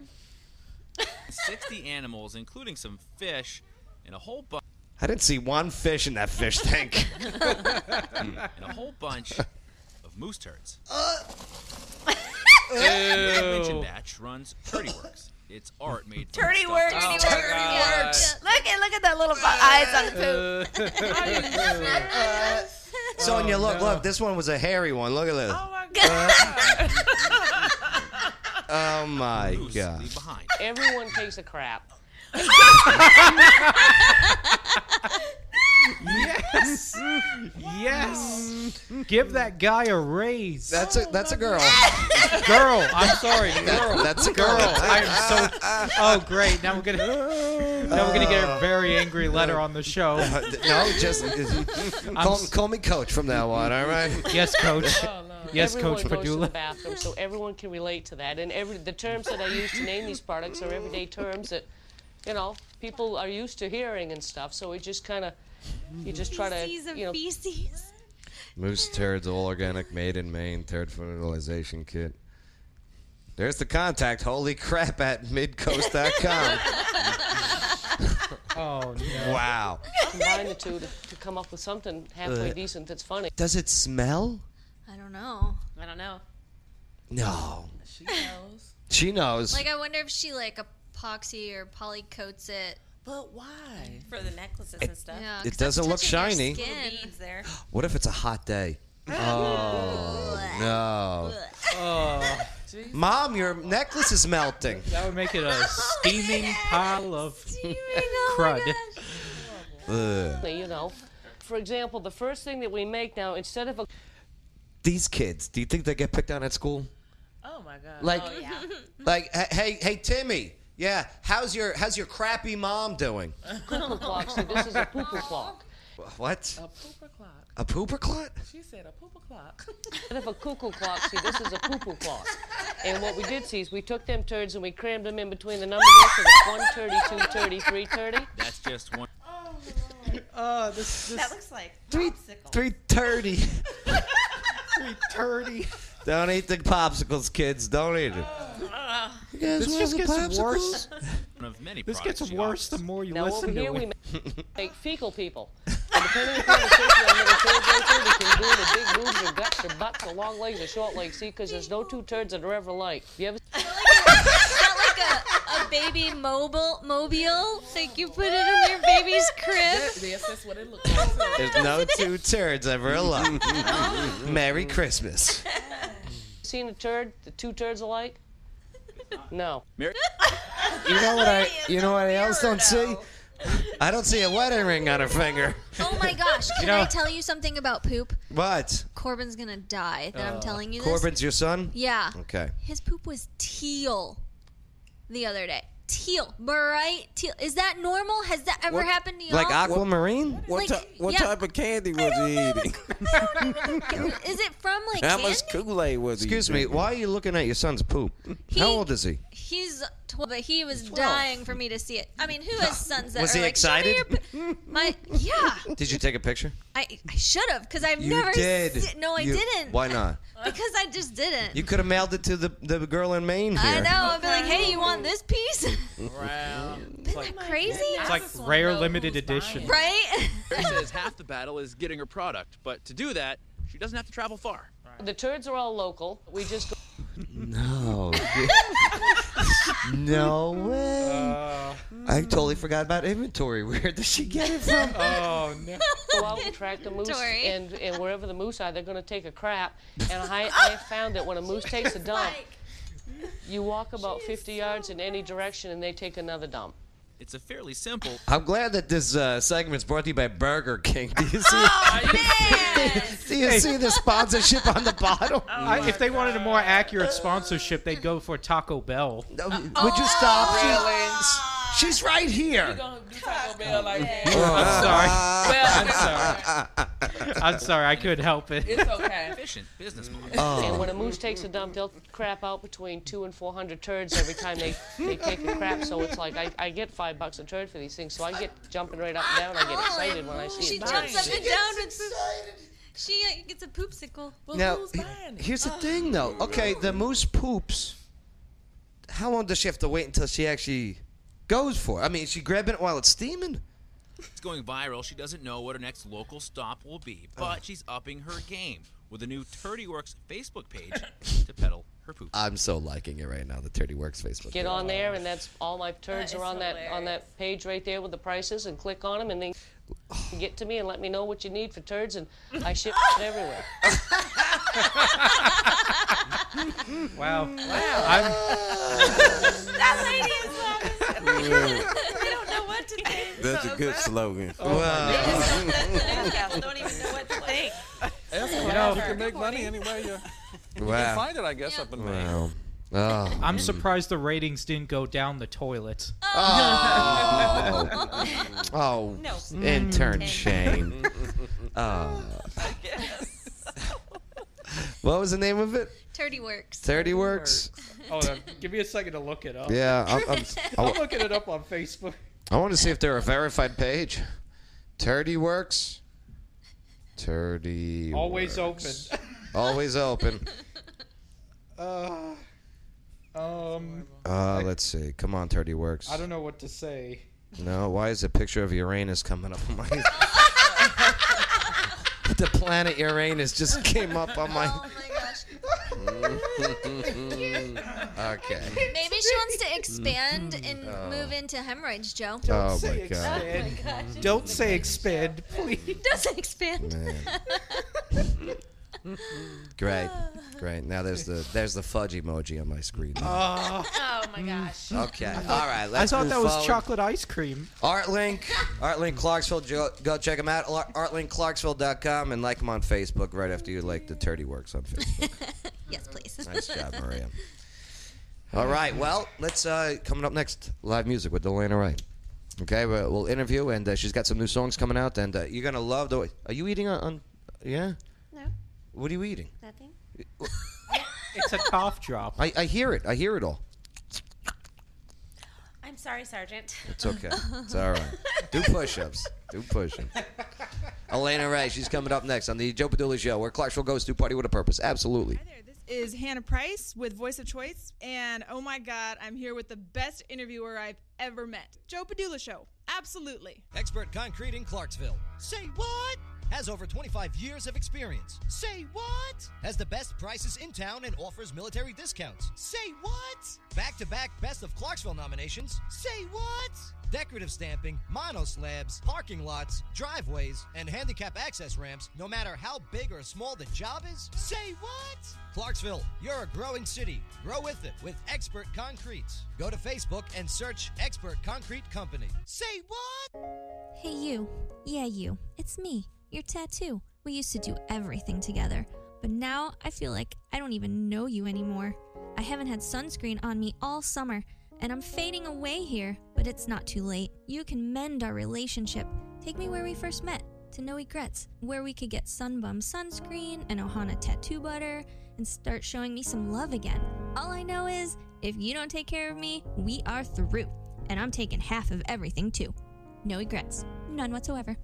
Q: 60 animals, including some fish and a whole bunch.
A: I didn't see one fish in that fish tank.
Q: and a whole bunch of moose turds.
A: Uh.
Q: Average batch runs 30 works. it's art made from
K: Dirty
Q: stuff.
K: works. Dirty Oh my works. God. Look at look at that little bu- eyes on the poop.
A: Are you Sonia, look,
Q: Oh,
A: look. This one was a hairy one. Look at this. Oh my god. oh my god.
R: Everyone takes a crap.
F: yes. Yes. Give that guy a raise.
A: That's a that's a girl.
F: girl. I'm sorry. Girl.
A: That- that's a girl.
F: I am so. Oh great. Now we're gonna. Now we're gonna get a very angry letter on the show.
A: Uh, No, just uh, call, call me coach from now on. All right.
F: Yes, coach.
R: Oh, everyone goes to the bathroom, so everyone can relate to that. And every the terms that I use to name these products are everyday terms that, you know, people are used to hearing and stuff. So it just kind of, you just try
E: Feces
R: to,
E: of
R: you know,
E: feces.
A: Moose turds, all organic, made in Maine, turd fertilization kit. There's the contact. Holy crap at midcoast.com.
R: oh no!
A: Wow.
R: Combine the two to, to come up with something halfway
A: Uh,
R: decent that's funny.
A: Does it smell?
E: I don't know.
K: I don't know.
A: No.
E: She knows.
A: She knows.
E: Like I wonder if she like epoxy or poly coats it.
P: But why?
G: For the necklaces
A: It-
G: and stuff.
E: Yeah,
A: it doesn't look shiny.
G: Beads there.
A: What if it's a hot day? Oh, no.
F: Oh.
A: Mom, your necklace is melting.
F: That would make it a steaming pile of crud.
A: Ugh.
R: You know, for example, the first thing that we make now instead of a
A: These kids, do you think they get picked on at school?
R: oh my god
A: Like, like, h- hey, hey, Timmy. Yeah, how's your how's your crappy mom doing?
R: pooper clock. So this is a pooper clock.
A: What?
R: A pooper clock.
A: A pooper clot?
R: She said a pooper clock. Instead of a cuckoo clock, see, this is a pooper clock. And what we did see is we took them turds and we crammed them in between the numbers so it's 130, 230, 330.
Q: That's just one.
F: Oh, this, this
G: That looks like
A: three three thirty.
F: three thirty.
A: Don't eat the popsicles, kids. Don't eat it. You guys
F: This
A: want
F: just
A: some
F: gets
A: popsicles?
F: worse.
Q: One of many
F: This
Q: products
F: gets
Q: she
F: worse the more you
R: Now
F: listen
R: over
F: to
R: here
F: it.
R: we ma- make fecal people. And depending upon the station on whether turds or turds, you can do the big boobs or guts or butts or long legs or short legs, see, because there's no two turds that are ever alike. You ever
E: A baby mobile mobile. Like you put it in your baby's crib.
S: Yes, that's what it looks like.
A: There's no two turds ever alike. Merry Christmas.
R: seen a turd, the two turds alike? No.
A: You know what I? You know what I else don't see? I don't see a wedding ring on her finger.
E: Oh my gosh! Can
A: You know-
E: I tell you something about poop?
A: What?
E: Corbin's gonna die. That I'm telling you this.
A: Uh, Corbin's your son?
E: Yeah.
A: Okay.
E: His poop was teal the other day. Teal, bright teal. Is that normal? Has that ever
D: What-
E: happened to you?
A: Like aquamarine?
D: What,
E: Like,
D: ty- what
E: yeah.
D: type of candy was he eating?
E: Is it from like
D: How
E: candy?
D: much Kool Aid was he?
A: Excuse me.
D: drinking?
A: Why are you looking at your son's poop? How old is he?
E: He's twelve, but he was dying for me to see it. I mean, who has sons that
A: Was
E: are
A: he
E: like, "Show me
A: excited?
E: your p-" My yeah,
A: Did you take a picture?
E: I I should have because I've
A: You
E: never.
A: did.
E: se- no, I
A: You-
E: didn't.
A: Why not?
E: Because I just didn't.
A: You could have mailed it to the, the girl in Maine here.
E: I know. Oh, I'd be like, hey, you want this piece? Isn't that crazy?
F: It's like rare limited edition.
E: Right?
Q: Mary says half the battle is getting her product, but to do that, she doesn't have to travel far.
R: The turds are all local. We just go.
A: No. no
F: Uh.
A: way. I totally forgot about inventory. Where did she get it from?
F: Oh no!
R: Go out and track the moose,
E: Dory.
R: and, and wherever the moose are, they're going to take a crap. And I, I have found that when a moose takes a dump, you walk about 50 yards in any direction, and they take another dump.
Q: It's a fairly simple.
A: I'm glad that this uh, segment's brought to you by Burger King. Do you see?
R: Oh,
A: Do you see the sponsorship on the bottom?
F: I, if they wanted a more accurate sponsorship, they'd go for Taco Bell.
R: oh,
A: Would you stop? She- She's right here.
R: oh,
F: I'm sorry.
S: Well,
F: I'm sorry. I'm sorry. I couldn't help it. Oh.
Q: Efficient business model.
R: And when a moose takes a dump, they'll crap out between two and 400 turds every time they, they take a crap. So it's like I, I get five bucks a turd for these things. So I get jumping right up and down. I get excited when I see
E: Oh,
R: it.
E: She jumps up
S: She
E: and
S: gets
E: down with She uh, gets a poopsicle.
A: Now, here's
R: Uh.
A: the thing, though. Okay, the moose poops. How long does she have to wait until she actually goes for? it? I mean, is she grabbing it while it's steaming?
Q: It's going viral. She doesn't know what her next local stop will be, but she's upping her game with a new Turdy Works Facebook page to peddle her her poop.
A: I'm so liking it right now. The Dirty Works Facebook.
R: Get
A: page.
R: on there, and that's all my turds
G: That
R: are
G: is
R: on that on that page right there with the prices, and click on them, and then get to me and let me know what you need for turds, and I ship it everywhere.
F: Wow.
R: Wow.
K: that lady is laughing. they don't know what to think.
T: That's a good slogan.
A: Oh, Wow.
K: They just left the newscast, don't even know what to think.
B: That's
F: You
B: what
F: know-
B: you can make money anyway. You, you
F: Wow.
B: can find it, I guess, up in Maine.
A: Wow.
F: I'm surprised the ratings didn't go down the toilet.
A: Oh. oh.
F: No.
A: Intern
F: Mm.
A: Shane. oh. what was the name of it?
G: Turdy works.
A: Dirty Works.
F: Hold on. Give me a second to look it up.
A: Yeah, I'm- I'm- I wa-
F: looking it up on Facebook.
A: I want to see if they're a verified page. Turdy Works. Turdy.
F: Always
A: Works.
F: open.
A: Always open.
F: Uh, um,
A: Uh, let's see. Come on, Turdy Works.
F: I don't know what to say.
A: No, why is a picture of Uranus coming up on my? the planet Uranus just came up on my.
E: Oh
A: okay.
G: Maybe she wants to expand
A: Mm.
G: and
A: Oh.
G: move into hemorrhoids, Joe.
A: Don't Oh, say my God.
G: Oh my
F: expand.
G: gosh.
F: Don't say expand, please.
G: Doesn't expand.
A: Great, great. Now there's the there's the fudge emoji on my screen. now.
K: oh my gosh.
A: Okay. All right. Let's
F: Uh, I thought
A: move
F: that was
A: forward.
F: chocolate ice cream.
A: Artlink, Artlink Clarksville. Go, go check them out. Ar- ArtlinkClarksville.com and like them on Facebook right after you like the Turdy Works on Facebook.
G: yes, please.
A: nice job, Maria. All right. Well, let's uh, coming up next live music with Delana Wright. Okay, we'll, we'll interview and uh, she's got some new songs coming out and uh, you're gonna love the. way... Are you eating on? on yeah.
G: No,
A: What are you eating?
G: nothing.
F: It's a cough drop.
A: I, I hear it. I hear it all.
K: I'm sorry, Sergeant.
A: It's okay. It's all right. Do push-ups. Do push-ups. Elena Ray, she's coming up next on the Joe Padula Show, where Clarksville goes to party with a purpose. Absolutely.
U: is Hannah Price with Voice of Choice, and oh my God, I'm here with the best interviewer I've ever met, Joe Padula Show. Absolutely.
V: Expert Concrete in Clarksville. Say what? Has over 25 years of experience. Say what? Has the best prices in town and offers military discounts. Say what? Back to back Best of Clarksville nominations. Say what? Decorative stamping, mono slabs, parking lots, driveways, and handicap access ramps, no matter how big or small the job is. Say what? Clarksville, you're a growing city. Grow with it with Expert Concrete. Go to Facebook and search Expert Concrete Company. Say what?
E: Hey, you. Yeah, you. It's me, your tattoo. We used to do everything together, but now I feel like I don't even know you anymore. I haven't had sunscreen on me all summer, and I'm fading away here, but it's not too late. You can mend our relationship. Take me where we first met, to No Regrets, where we could get Sunbum sunscreen and Ohana tattoo butter and start showing me some love again. All I know is if you don't take care of me, we are through, and I'm taking half of everything too. No regrets. None whatsoever.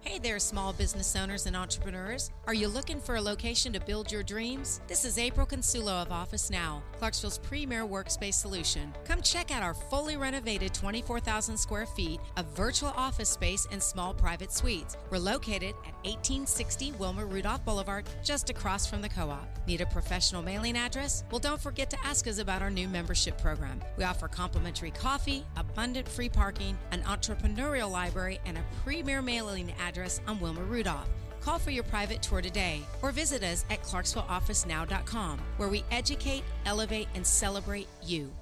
W: Hey there, small business owners and entrepreneurs. Are you looking for a location to build your dreams? This is April Consulo of Office Now, Clarksville's premier workspace solution. Come check out our fully renovated 24,000 square feet of virtual office space and small private suites. We're located at 1860 Wilmer Rudolph Boulevard, just across from the co op. Need a professional mailing address? Well, don't forget to ask us about our new membership program. We offer complimentary coffee, abundant free parking, an entrepreneurial library, and a premier mailing address on Wilmer Rudolph. Call for your private tour today or visit us at ClarksvilleOfficeNow.com, where we educate, elevate, and celebrate you.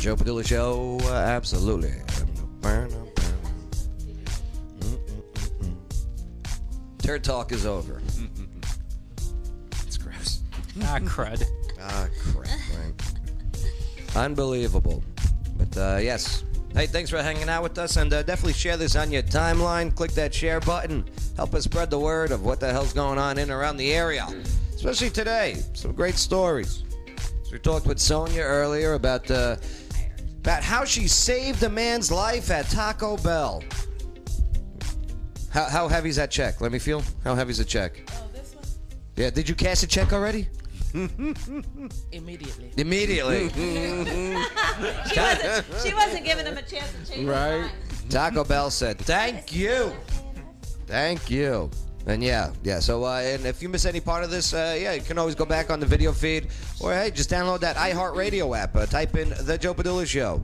A: Joe Padula Show, uh, absolutely. Turd talk is over. It's gross.
F: Ah, crud.
A: Ah, crap, man. Unbelievable. But uh, yes. Hey, thanks for hanging out with us, and uh, definitely share this on your timeline. Click that share button. Help us spread the word of what the hell's going on in and around the area, especially today. Some great stories. So we talked with Sonia earlier about uh, about how she saved a man's life at Taco Bell. How, how heavy's that check? Let me feel. How heavy's the check?
I: Oh, this
A: Yeah, did you cash a check already?
I: one? Immediately.
A: Immediately.
I: she, wasn't, she wasn't giving him a chance to change his mind.
A: Taco Bell said, "Thank you." Thank you. And yeah, yeah. So, uh, and if you miss any part of this, uh, yeah, you can always go back on the video feed, or hey, just download that iHeartRadio app. Uh, type in the Joe Padula Show.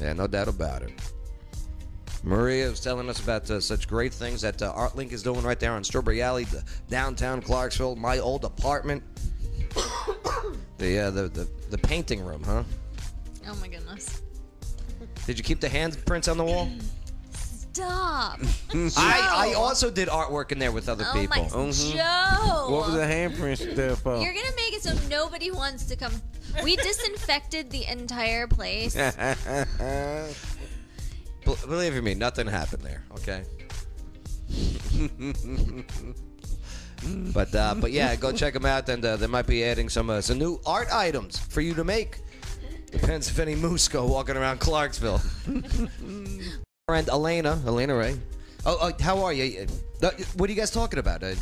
A: Yeah, no doubt about it. Maria was telling us about uh, such great things that uh, ArtLink is doing right there on Strawberry Alley, the downtown Clarksville, my old apartment. the, uh, the the the painting room, huh?
E: Oh my goodness.
A: Did you keep the handprints on the wall?
E: Stop.
A: I, I
E: Joe.
A: also did artwork in there with other
E: Oh my-
A: people.
E: Joe.
D: Mm-hmm. What was the handprint there for?
E: You're gonna make it so nobody wants to come. We disinfected the entire place.
A: Bel- Believe me, nothing happened there. Okay. but uh, but yeah, go check them out, and uh, they might be adding some uh, some new art items for you to make. Depends if any moose go walking around Clarksville. Our friend Elena, Elena Ray. Oh, uh, how are you? Uh, What are you guys talking about? Uh,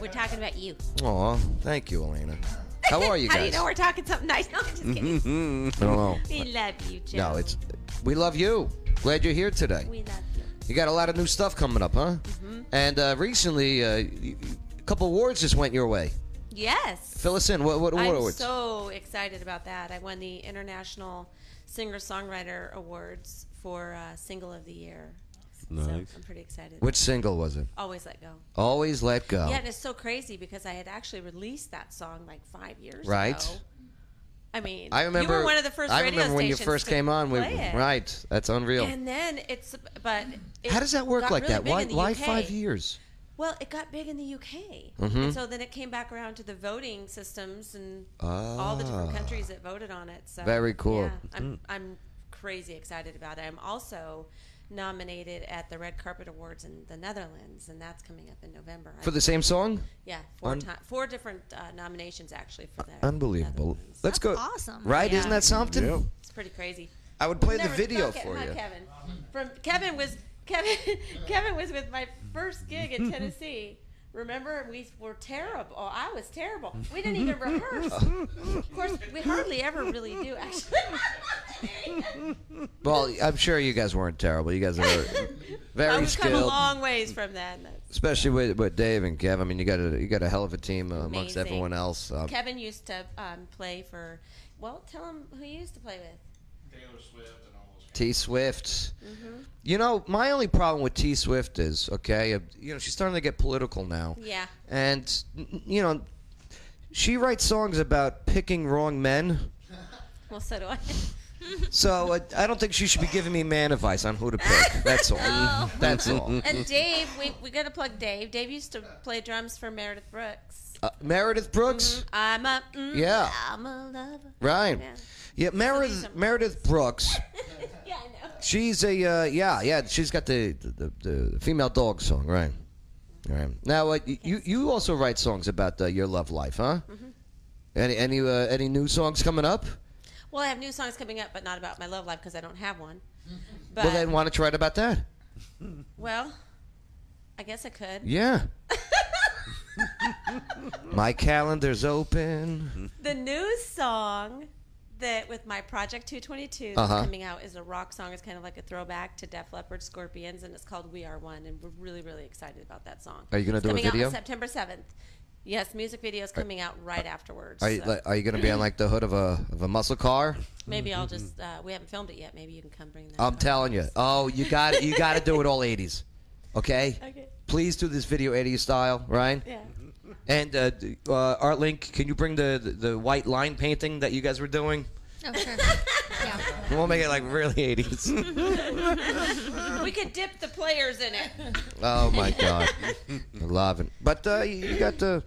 B: We're talking about you.
A: Aw, thank you, Elena. How are Oh, you
B: How
A: guys?
B: do you know we're talking something nice? No, I'm just kidding.
A: Mm-hmm. I don't know.
B: We love you, Joe.
A: No, it's we love you. Glad you're here today.
B: We love
A: You got a lot of new stuff coming up, huh?
G: Mm-hmm.
B: Mhm.
A: And uh, recently, uh, y- y- a couple awards just went your way.
G: Yes.
A: Fill us in. What what, what
G: I'm
A: awards?
G: so excited about that. I won the International Singer Songwriter Awards for uh, Single of the Year. So
A: Nice.
G: I'm pretty excited.
A: Which single was it?
G: Always Let Go.
A: Always let go.
G: Yeah, and it's so crazy because I had actually released that song like five years
A: Right.
G: ago. I mean,
A: I remember.
G: you were one of the first
A: I
G: radio
A: remember when you
G: stations
A: first
G: to
A: came on. We,
G: play it.
A: right. That's unreal.
G: And then it's but it
A: How does that work
G: got
A: like
G: really
A: that?
G: big
A: Why
G: in the
A: why
G: UK.
A: five years?
G: Well, it got big in the UK,
A: Mhm.
G: and so then it came back around to the voting systems and all the
A: Ah.
G: different countries that voted on it. So
A: Very cool.
G: Yeah, I'm
A: Mm.
G: I'm crazy excited about it. I'm also nominated at the Red Carpet Awards in the Netherlands, and that's coming up in November.
A: For the same song?
G: Yeah, four
A: Un-
G: ti- four different uh, nominations actually for that.
A: Unbelievable. Let's go.
G: awesome.
A: Right?
G: Yeah.
A: Isn't that something?
G: Yep. It's pretty crazy.
A: I would play the
G: Never-
A: video
G: not Ke-
A: for
G: not
A: you.
G: Kevin. From Kevin was Kevin Kevin was with my first gig in Tennessee. Remember, we were terrible. Oh, I was terrible. We didn't even rehearse. of course, we hardly ever really do. Actually,
A: Well, I'm sure you guys weren't terrible. You guys are
G: Well, we've
A: very
G: come a
A: skilled.
G: long ways from that.
A: especially with, with Dave and Kev. I mean, you got a you got a hell of a team uh, amongst
G: Amazing.
A: everyone else. Um,
G: Kevin used to um, play for. Well, tell him who you used to play with.
A: T Swift.
G: Mhm.
A: You know, my only problem with T Swift is okay. uh, You know, she's starting to get political now.
G: Yeah.
A: And n- n- you know, she writes songs about picking wrong men.
G: Well, so do I.
A: So uh, I don't think she should be giving me man advice on who to pick. That's all.
G: Oh.
A: That's all.
G: and Dave, we we gotta plug Dave. Dave used to play drums for Meredith Brooks.
A: Uh, Meredith Brooks.
G: I'm a mm,
A: Yeah.
G: I'm a lover.
A: Right.
G: Yeah.
A: Yeah, Meredith Meredith Brooks. She's a uh, yeah yeah. She's got the the, the the female dog song right. Right. Now uh, y- you you also write songs about uh, your love life, huh?
G: Mm-hmm.
A: Any any uh, any new songs coming up?
G: Well, I have new songs coming up, but not about my love life because I don't have one. But
A: well,
G: well,
A: then why don't you write about that?
G: I guess I could.
A: Yeah. My calendar's open.
G: The new song that with my Project 222 that's
A: Uh-huh.
G: coming out is a rock song. It's kind of like a throwback to Def Leppard, Scorpions, and it's called "We Are One." And we're really, really excited about that song.
A: Are you gonna
G: It's
A: do a
G: coming
A: video?
G: Out on September 7th. Yes, music video is coming out right afterwards.
A: Are you,
G: so.
A: like, are you going to be on like the hood of a of a muscle car?
G: Maybe I'll just. Uh, we haven't filmed it yet. Maybe you can come bring that.
A: I'm telling you. Oh, you got it. You got to do it all 80s. Okay?
G: Okay.
A: Please do this video 80s style, right?
G: Yeah.
A: And uh, d- uh, Art Link, can you bring the, the the white line painting that you guys were doing?
E: Oh sure.
A: We'll make it like really 80s.
G: we could dip the players in it.
A: oh my god, I love it. But uh, you you got the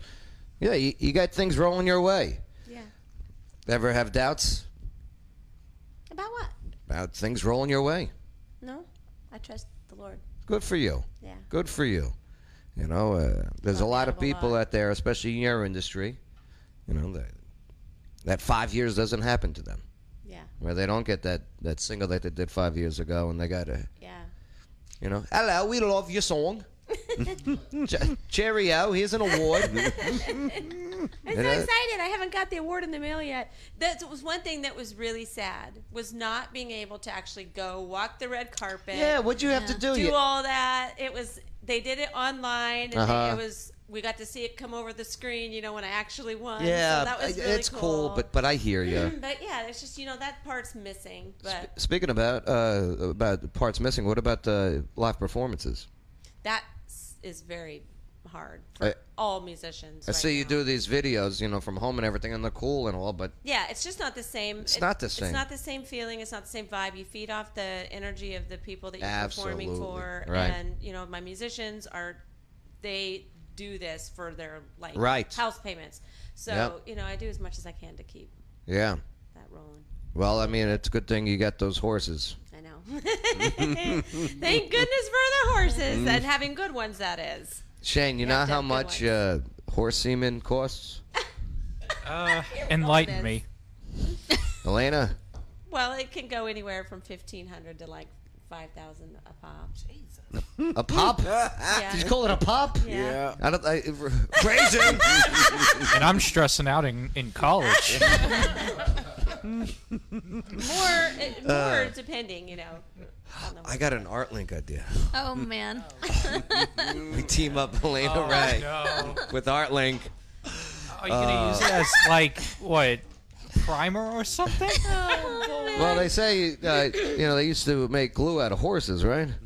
A: yeah, you, you got things rolling your way.
G: Yeah.
A: Ever have doubts
G: About what?
A: about things rolling your way?
G: No, I trust the Lord.
A: Good for you.
G: Yeah.
A: Good for you. You know, uh, there's a lot of people
G: uh,
A: out there, especially in your industry, you know, that, that five years doesn't happen to them.
G: Yeah.
A: Where they don't get that, that single that they did five years ago and they got to,
G: Yeah.
A: you know, hello, we love your song. Che- Cheerio, here's an award.
G: I'm
A: And
G: so
A: I-
G: excited. I haven't got the award in the mail yet. That was one thing that was really sad was not being able to actually go walk the red carpet.
A: Yeah, what'd you have to Yeah. do?
G: Do
A: You-
G: all that. It was they did it online, and
A: Uh-huh.
G: they, it was we got to see it come over the screen. You know, when I actually won.
A: yeah,
G: so that was
A: I-
G: really
A: it's cool. but but I hear you.
G: but yeah, it's just you know that part's missing. But
A: Speaking about uh, about parts missing, what about uh, live performances?
G: that s- is very hard for
A: I-
G: all musicians.
A: I
G: right
A: see you
G: now.
A: do these videos, you know, from home and everything, and they're cool and all, but
G: Yeah, it's just not the same.
A: It's not the same.
G: It's not the same feeling. It's not the same vibe. You feed off the energy of the people that you're performing
A: Absolutely.
G: for,
A: Right.
G: and you know my musicians are, they do this for their like
A: Right.
G: house payments. So
A: Yep.
G: you know I do as much as I can to keep
A: yeah.
G: that rolling.
A: Well, I mean, it's a good thing you got those horses.
G: I know. Thank goodness for the horses and having good ones. That is.
A: Shane, you know how much uh, horse semen costs?
F: Uh, enlighten me.
A: Elena,
G: Well, it can go anywhere from fifteen hundred to like five thousand a pop. Jesus.
A: a pop?
G: Yeah.
A: Did you call it a pop?
G: Yeah.
A: I don't. I, raising.
F: and I'm stressing out in, in college.
G: more, it, more
A: Uh.
G: depending, you know.
A: I got an art link idea.
X: Oh man.
G: Oh.
A: We team up Elena
F: Oh,
A: Ray
F: no.
A: with art link. Uh,
F: Are you gonna use it as like what primer or something?
E: Oh,
A: Well, they say uh, you know they used to make glue out of horses, right?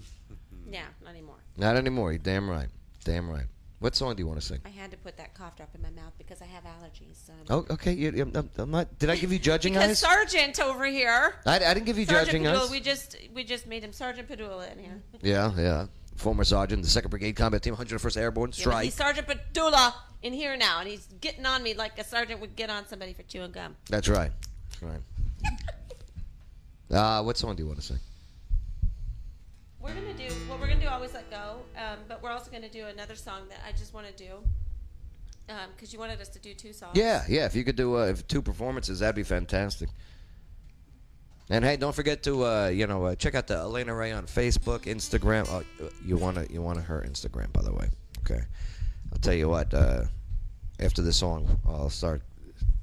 G: Yeah, not anymore.
A: Not anymore. You're damn right. Damn right. What song do you want to sing?
G: I had to put that cough drop in my mouth because I have allergies. So I'm-
A: Oh, okay. You, you- I'm, I'm not. Did I give you judging
G: because
A: eyes?
G: Sergeant over here.
A: I, I didn't give you
G: Sergeant
A: judging
G: Padula,
A: eyes.
G: we just we just made him Sergeant Padula in here.
A: Yeah, yeah. Former sergeant, the Second Brigade Combat Team, 101st Airborne
G: Yeah, but
A: Strike.
G: he's Sergeant Padula in here now, and he's getting on me like a sergeant would get on somebody for chewing gum.
A: That's right. That's right. uh, what song do you want to sing?
G: We're gonna do what we're gonna do. Always let go, um, but we're also gonna do another song that I just want to do because you wanted us to do two songs.
A: Yeah, yeah. If you could do uh, if two performances, that'd be fantastic. And hey, don't forget to uh, you know uh, check out the Elena Ray on Facebook, Instagram. Oh, you wanna you wanna her Instagram, by the way. Okay, I'll tell you what. Uh, after this song, I'll start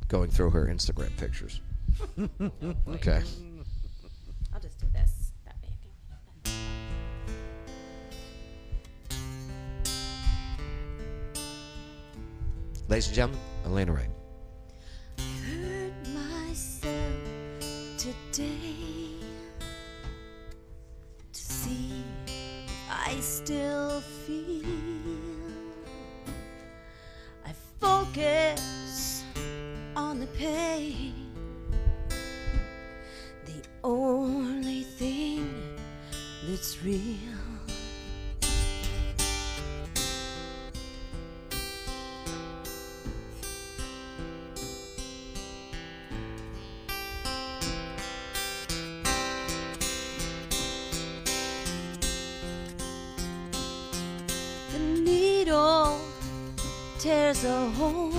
A: going through her Instagram pictures. Hmm, Okay.
G: I'll just do this. That way. I can-
A: Ladies and gentlemen, Elena Ray.
K: hurt myself today to see if I still feel. I focus on the pain. The only thing that's real. The needle tears a hole.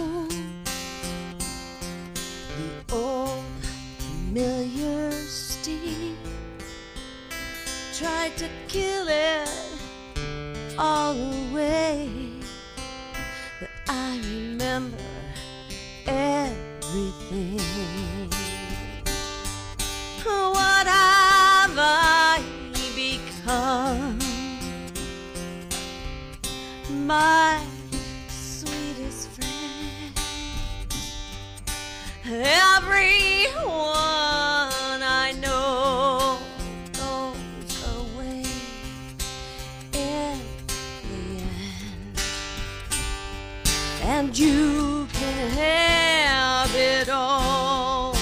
K: The old familiar sting tried to kill it all away. But I remember everything. What have I become? my sweetest friend. Everyone I know goes away in the end, and you can have it all.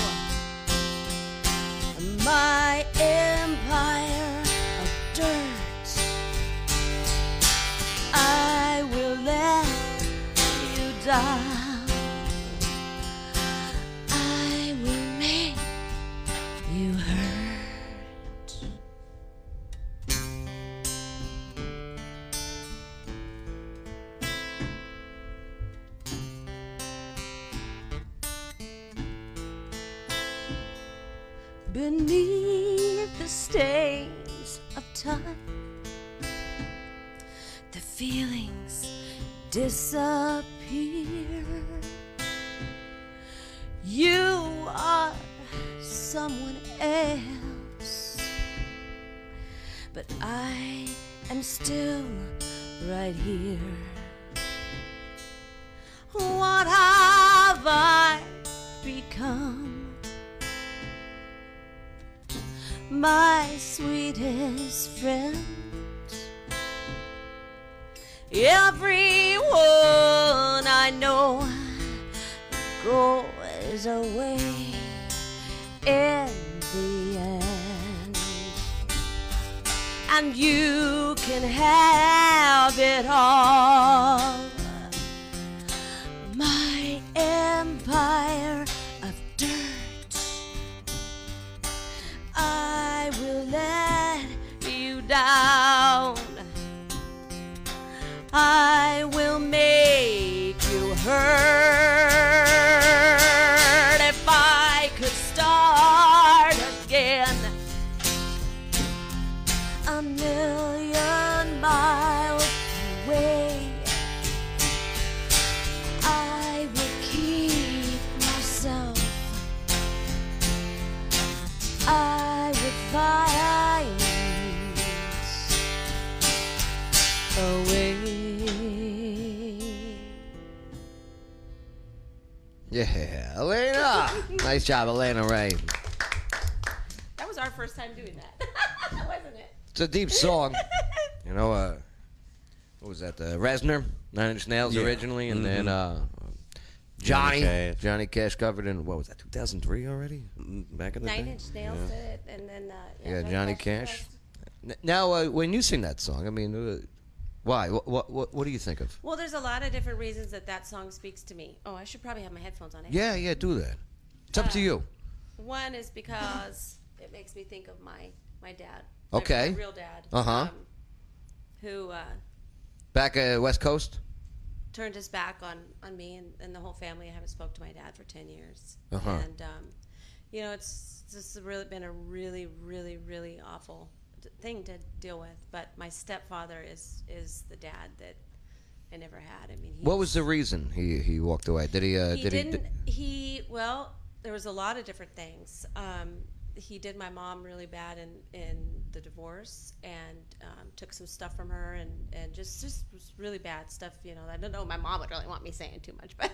K: My empire of dirt. I will let you down. I will make you hurt. Beneath the stains of time the feelings disappear. You are someone else, but I am still right here. What have I become? My sweetest friend. Everyone I know goes away in the end. And you can have it all. My empire of dirt. I will let you down. I will make you hurt. If I could start again, a million miles away, I would keep myself. I would find a way.
A: Yeah, Elena. nice job, Elena Ray.
G: That was our first time doing that, wasn't it?
A: It's a deep song. you know, uh, what was that? The Resner, Nine Inch Nails
Y: Yeah.
A: originally, and then
Y: Mhm.
A: uh, Johnny.
Y: Johnny Cash.
A: Johnny Cash covered in, what was that, 2003 already? Mm, Back in the
G: Nine
A: day?
G: Inch Nails
A: Yeah.
G: did it, and then uh,
A: Yeah, Johnny Cash. N- Now, uh, when you sing that song, I mean, uh, why? What, what, what, what do you think of?
G: Well, there's a lot of different reasons that that song speaks to me. Oh, I should probably have my headphones on. eh?
A: Yeah, yeah, do that. It's up to
G: Uh,
A: you.
G: One is because it makes me think of my my dad. my-
A: Okay.
G: my real dad.
A: Uh-huh.
G: um, who uh,
A: Back uh, West Coast?
G: turned his back on on me and, and the whole family. I haven't spoke to my dad for ten years.
A: Uh-huh.
G: And um, you know, it's this has really been a really, really, really awful d- thing to deal with. But my stepfather is is the dad that I never had. I mean, he
A: What was the reason he, he walked away? Did he? Uh,
G: he
A: did
G: didn't.
A: he?
G: He well, there was a lot of different things. Um, he did my mom really bad in in the divorce, and um, took some stuff from her, and and just just was really bad stuff. You know, I don't know. My mom would really want me saying too much, but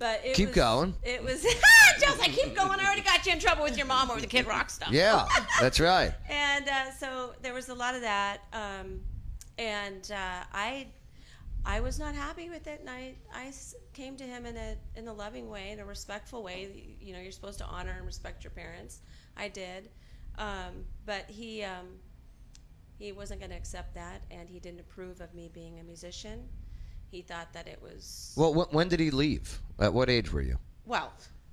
G: but it
A: Keep
G: was-
A: going.
G: It was just like keep going. I already got you in trouble with your mom over the Kid Rock stuff.
A: Yeah, that's right.
G: and uh, so there was a lot of that um, and uh, i i was not happy with it and i i s- came to him in a in a loving way in a respectful way you know you're supposed to honor and respect your parents i did um, but he um, he wasn't going to accept that and he didn't approve of me being a musician he thought that it was
A: Well, wh- when did he leave? At what age were you?
G: well,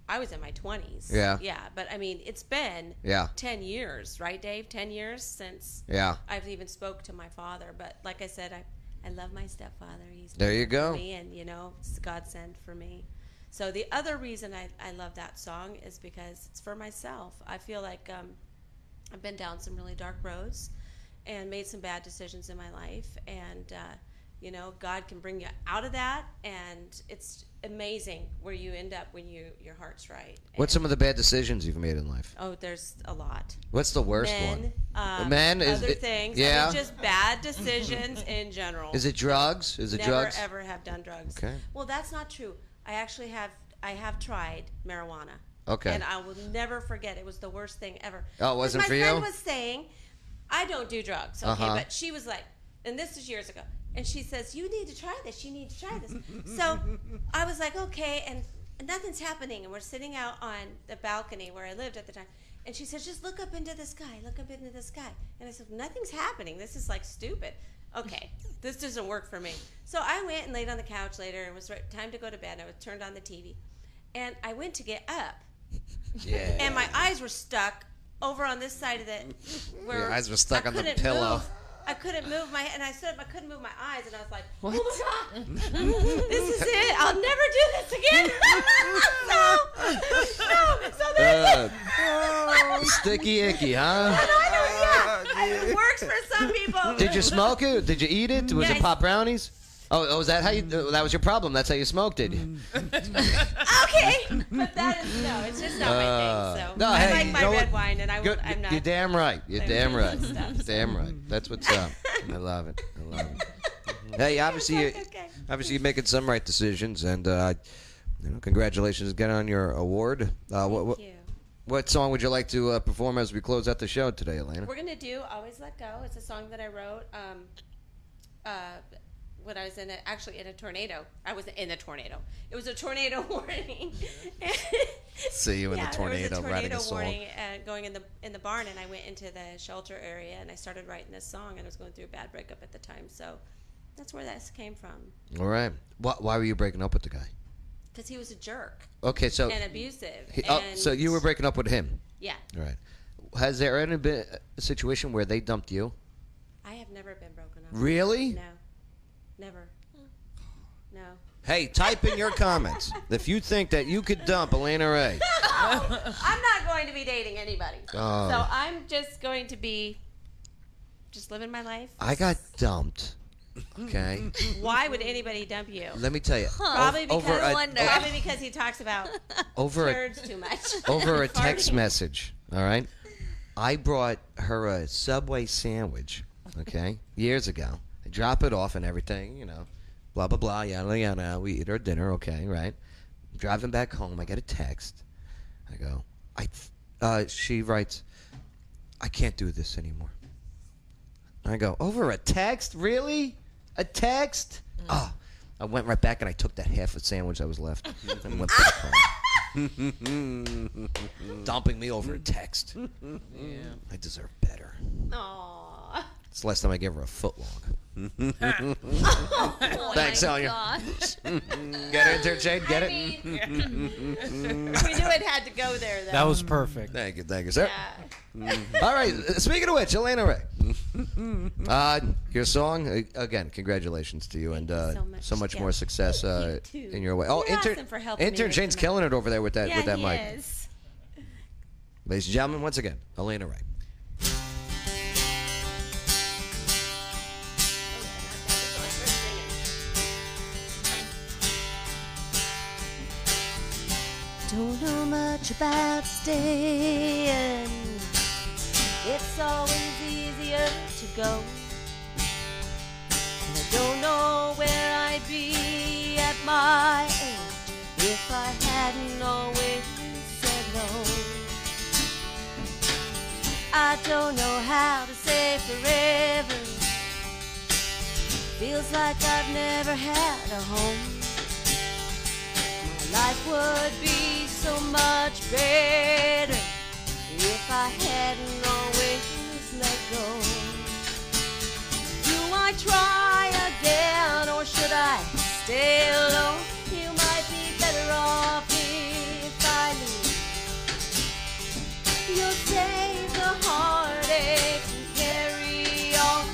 G: I was in my 20s.
A: Yeah.
G: Yeah. But I mean, it's been
A: Yeah.
G: 10 years, right, Dave? 10 years since
A: Yeah.
G: I've even spoke to my father. But like I said, I, I love my stepfather. He's
A: There you
G: been there for
A: go.
G: Me and, you know, it's a godsend for me. So the other reason I, I love that song is because it's for myself. I feel like um, I've been down some really dark roads and made some bad decisions in my life. And, uh, you know, God can bring you out of that. And it's amazing where you end up when you your heart's right.
A: What's some of the bad decisions you've made in life?
G: Oh, there's a lot.
A: What's the worst
G: Men,
A: one?
G: Um,
A: Men is
G: other
A: it-
G: things. I mean,
A: Yeah.
G: just bad decisions in general.
A: Is it drugs? Is it
G: Never,
A: drugs?
G: ever have done drugs.
A: Okay.
G: Well, that's not true. I actually have. I have tried marijuana.
A: Okay.
G: And I will never forget. It was the worst thing ever.
A: Oh, it
G: 'Cause
A: wasn't
G: my
A: for
G: friend
A: you?
G: was saying, I don't do drugs. Okay,
A: Uh-huh.
G: but she was like, and this is years ago, and she says, you need to try this. You need to try this. so I was like, okay, and nothing's happening, and we're sitting out on the balcony where I lived at the time. And she says, just look up into the sky, look up into the sky. And I said, nothing's happening. This is like stupid. Okay, this doesn't work for me. So I went and laid on the couch later. It was right, time to go to bed. I was turned on the TV, and I went to get up,
A: Yeah.
G: and my eyes were stuck over on this side of the. Where
A: Your eyes were stuck
G: I
A: on the
G: couldn't
A: pillow.
G: move. I couldn't move my and I stood up. I couldn't move my eyes, and I was like,
Z: What?
G: "Oh my god, this is it! I'll never do this again." no, no. So
A: Uh,
G: that's it.
A: Sticky icky, huh?
G: I know, yeah. It works for some people.
A: Did you smoke it? Did you eat it? Was
G: Yeah, I-
A: it pop brownies? Oh, oh, was that how you? That was your problem. That's how you smoked it.
G: okay, but that is no. It's just not my thing.
A: Uh,
G: So
A: no,
G: I
A: hey,
G: like
A: you
G: my
A: know
G: red
A: what?
G: wine, and I,
A: Good-
G: I'm not.
A: You're damn right. You're
G: I'm
A: damn
G: not
A: right.
G: into that stuff,
A: damn right. That's what's up. I love it. I love it. hey, obviously, you, obviously, you're making some right decisions, and uh, you know, congratulations again on your award. Uh, what, what, what song would you like to uh, perform as we close out the show today, Elena?
G: We're gonna do "Always Let Go." It's a song that I wrote um, uh, when I was in a, actually in a tornado. I was in a tornado. It was a tornado warning.
A: See you in
G: Yeah,
A: the
G: there was
A: tornado, writing
G: tornado
A: a song.
G: warning, uh, going in the in the barn, and I went into the shelter area and I started writing this song. And I was going through a bad breakup at the time, so that's where this came from.
A: All right. Why, why were you breaking up with the guy?
G: Because he was a jerk.
A: Okay, so
G: and abusive.
A: He- oh, so
G: and-
A: you were breaking up with him.
G: Yeah.
A: All right. Has there ever been a situation where they dumped you?
G: I have never been broken up.
A: Really?
G: No. Never. No.
A: Hey, type in your comments if you think that you could dump Elena Ray.
G: I'm not going to be dating anybody.
A: Oh.
G: So I'm just going to be just living my life.
A: I got dumped. Okay.
G: Why would anybody dump you?
A: Let me tell you. Huh.
G: Probably
A: Ov-
G: because
A: over a- Wonder.
G: probably because he talks about
A: Over a-
G: turds too much.
A: Over a text
G: Farting.
A: message. All right. I brought her a Subway sandwich. Okay. Years ago. I drop it off and everything. You know. Blah blah blah. Yada yada. We eat our dinner. Okay. Right. driving back home. I get a text. I go. I. Uh, she writes. I can't do this anymore. I go over a text. Really? A text?
G: Mm.
A: Oh. I went right back and I took that half a sandwich that was left and went back home. Dumping me over a text. I deserve better.
G: Aww.
A: It's the last time I gave her a foot long.
G: Oh my
A: Thanks, Elia.
G: gosh.
A: Get it there, Jade? Get
G: I
A: it?
G: mean, we knew it had to go there though.
A: perfect. Thank you, thank you, sir. All right. uh, Speaking of which, Elena Ray, uh, your song uh, again. Congratulations to you, and uh, so much, more success uh, in your way. Oh,
G: You're
A: intern,
G: awesome for helping me
A: intern
G: with
A: Jane's
G: the
A: killing it over there with that
G: yeah,
A: with that
G: he
A: mic.
G: is.
A: Ladies and gentlemen, once again, Elena Ray.
K: Don't know much about staying. It's always easier to go. And I don't know where I'd be at my age if I hadn't always said no. I don't know how to say forever. Feels like I've never had a home. Life would be so much better if I hadn't always let go. Do I try again or should I stay alone? You might be better off if I leave. You'll save the heartache and carry on.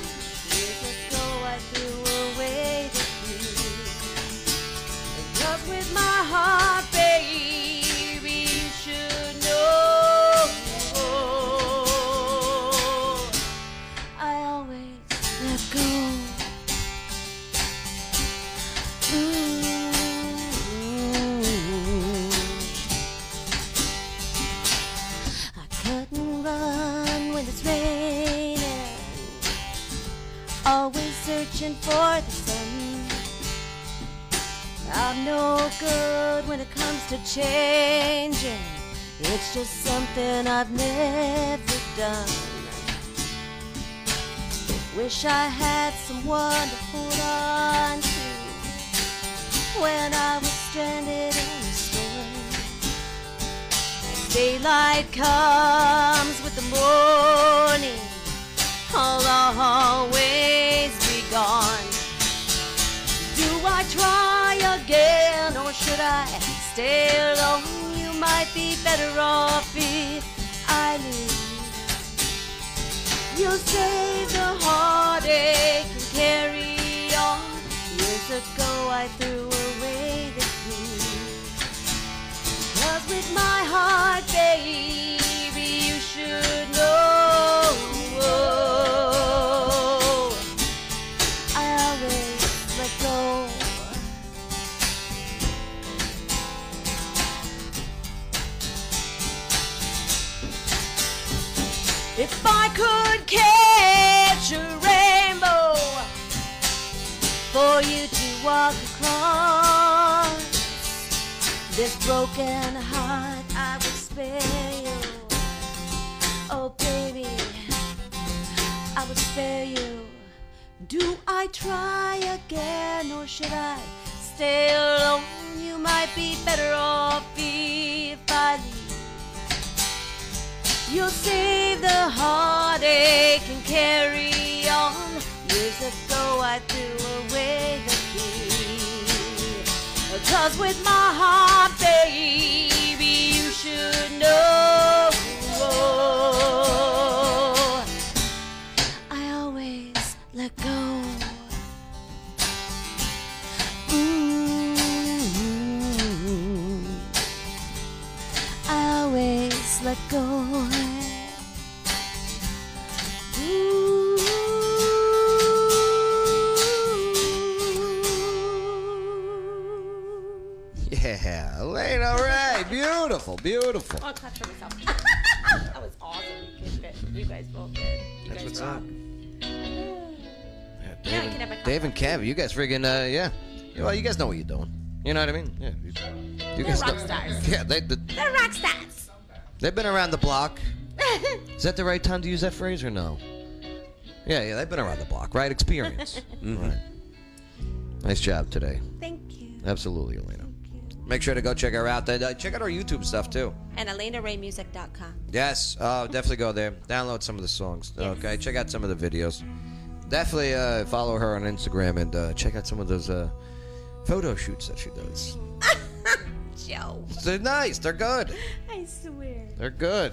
K: Years ago I threw away the fear. Cause with my heart, baby, you should know I always let go. Mm. Ooh. I cut and run when it's raining, always searching for the sun. I'm no good when it comes to changing. It's just something I've never done. Wish I had someone to hold on to when I was stranded in the storm. Daylight comes with the morning. I'll always be gone. Do I try again or should I stay alone? You might be better off if I leave. You'll save the heartache and carry on. Years ago I threw away the key. Cause with my heart, baby, you should know. I always let go. If I could catch a rainbow, for you to walk across this broken heart I would spare you. Oh, baby, I would spare you. Do I try again or should I stay alone? You might be better off if I leave. You'll save the heartache and carry on. Years ago, I threw away the key. Cause with my heart, baby, you should know. I always let go. Mm-hmm. Ooh, I always let go.
A: Yeah, Elaine, all right. Beautiful, beautiful.
G: I'll clap for myself. that was awesome. You guys did. You guys both did. You
A: That's
G: guys
A: what's
G: rock.
A: up. Yeah,
G: Now you can have a
A: Dave, Dave and Kev, you guys friggin', uh, yeah. Well, you guys know what you're doing. You know what I mean? Yeah. You,
G: They're
A: you guys
G: rock stars.
A: Yeah, they, they,
G: They're rock stars.
A: they've been around the block. Is that the right time to use that phrase or no? Yeah, yeah, they've been around the block, right? Experience. Right. Nice job today.
G: Thank
A: you. Absolutely, Elena. Make sure to go check her out. Then, uh, Check out our YouTube stuff too.
G: and ElenaRayMusic.com.
A: Yes, uh, definitely go there. Download some of the songs. Okay, check out some of the videos. Definitely uh, follow her on Instagram and uh, check out some of those uh, photo shoots that she does.
G: Joe.
A: They're nice. They're good.
G: I swear.
A: They're good.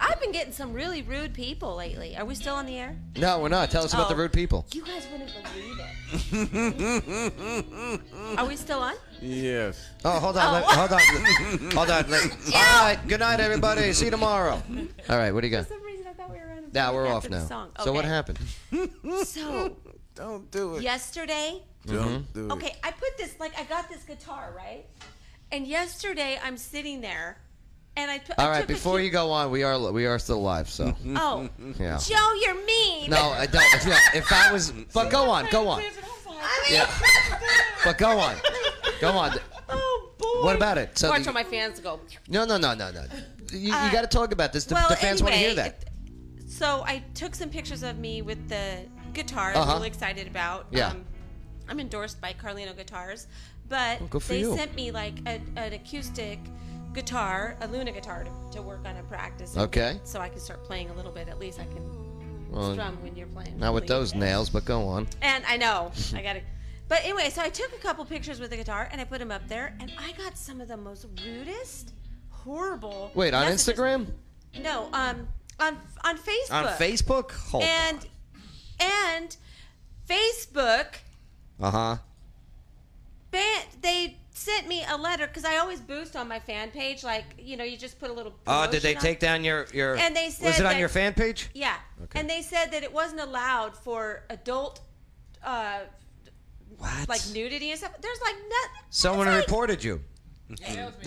G: I've been getting some really rude people lately. Are we still on the air?
A: No, we're not. Tell us about the
G: Oh.
A: rude people.
G: You guys wouldn't believe it. Are
A: Are
G: we still on?
A: Yes. Oh, hold on. let- hold on. hold on. let- All right. Good night, everybody. See you tomorrow. All right. What do you got? Now we're off
G: after the
A: now.
G: song.
A: So what
G: Okay.
A: happened?
G: So. Don't do it. Yesterday.
A: Don't do
G: Okay, I put this, like, I got this guitar, right? And yesterday I'm sitting there and I put.
A: All
G: I
A: right.
G: took a
A: Before
G: key-
A: you go on, we are we are still live. So.
G: Oh.
A: Yeah.
G: Joe, you're mean.
A: No, I don't. Yeah, if I was, but go on, go on. Yeah. But go on, go on.
G: Oh
A: boy. What about it? So
G: Watch
A: the-
G: all my fans go.
A: no, no, no, no, no. You,
G: Uh,
A: you got to talk about this. The,
G: well,
A: the fans want to hear
G: anyway,
A: that.
G: So I took some pictures of me with the guitar. I'm
A: Uh-huh.
G: really excited about. Um,
A: Yeah.
G: I'm endorsed by Carlino Guitars, but
A: Oh, good for
G: they
A: you.
G: sent me like a, an acoustic guitar, a Luna guitar, to, to work on a practice. and
A: Okay.
G: get- So I can start playing a little bit. At least I can
A: Well,
G: strum when you're playing.
A: Not with
G: lead.
A: those nails, but go on.
G: And I know I got to. But anyway, so I took a couple pictures with the guitar and I put them up there, and I got some of the most rudest, horrible.
A: Wait, on
G: messages.
A: Instagram?
G: No, um, on on Facebook.
A: On Facebook? Hold
G: and and Facebook
A: Uh huh.
G: ban- they sent me a letter because I always boost on my fan page. Like you know, you just put a little.
A: Oh, did
G: promotion
A: they
G: on-
A: take down your your?
G: And they said
A: was it on
G: that-
A: your fan page?
G: Yeah, and they said that it wasn't allowed for adult. Uh, Like nudity and stuff. There's like nothing.
A: Someone reported you.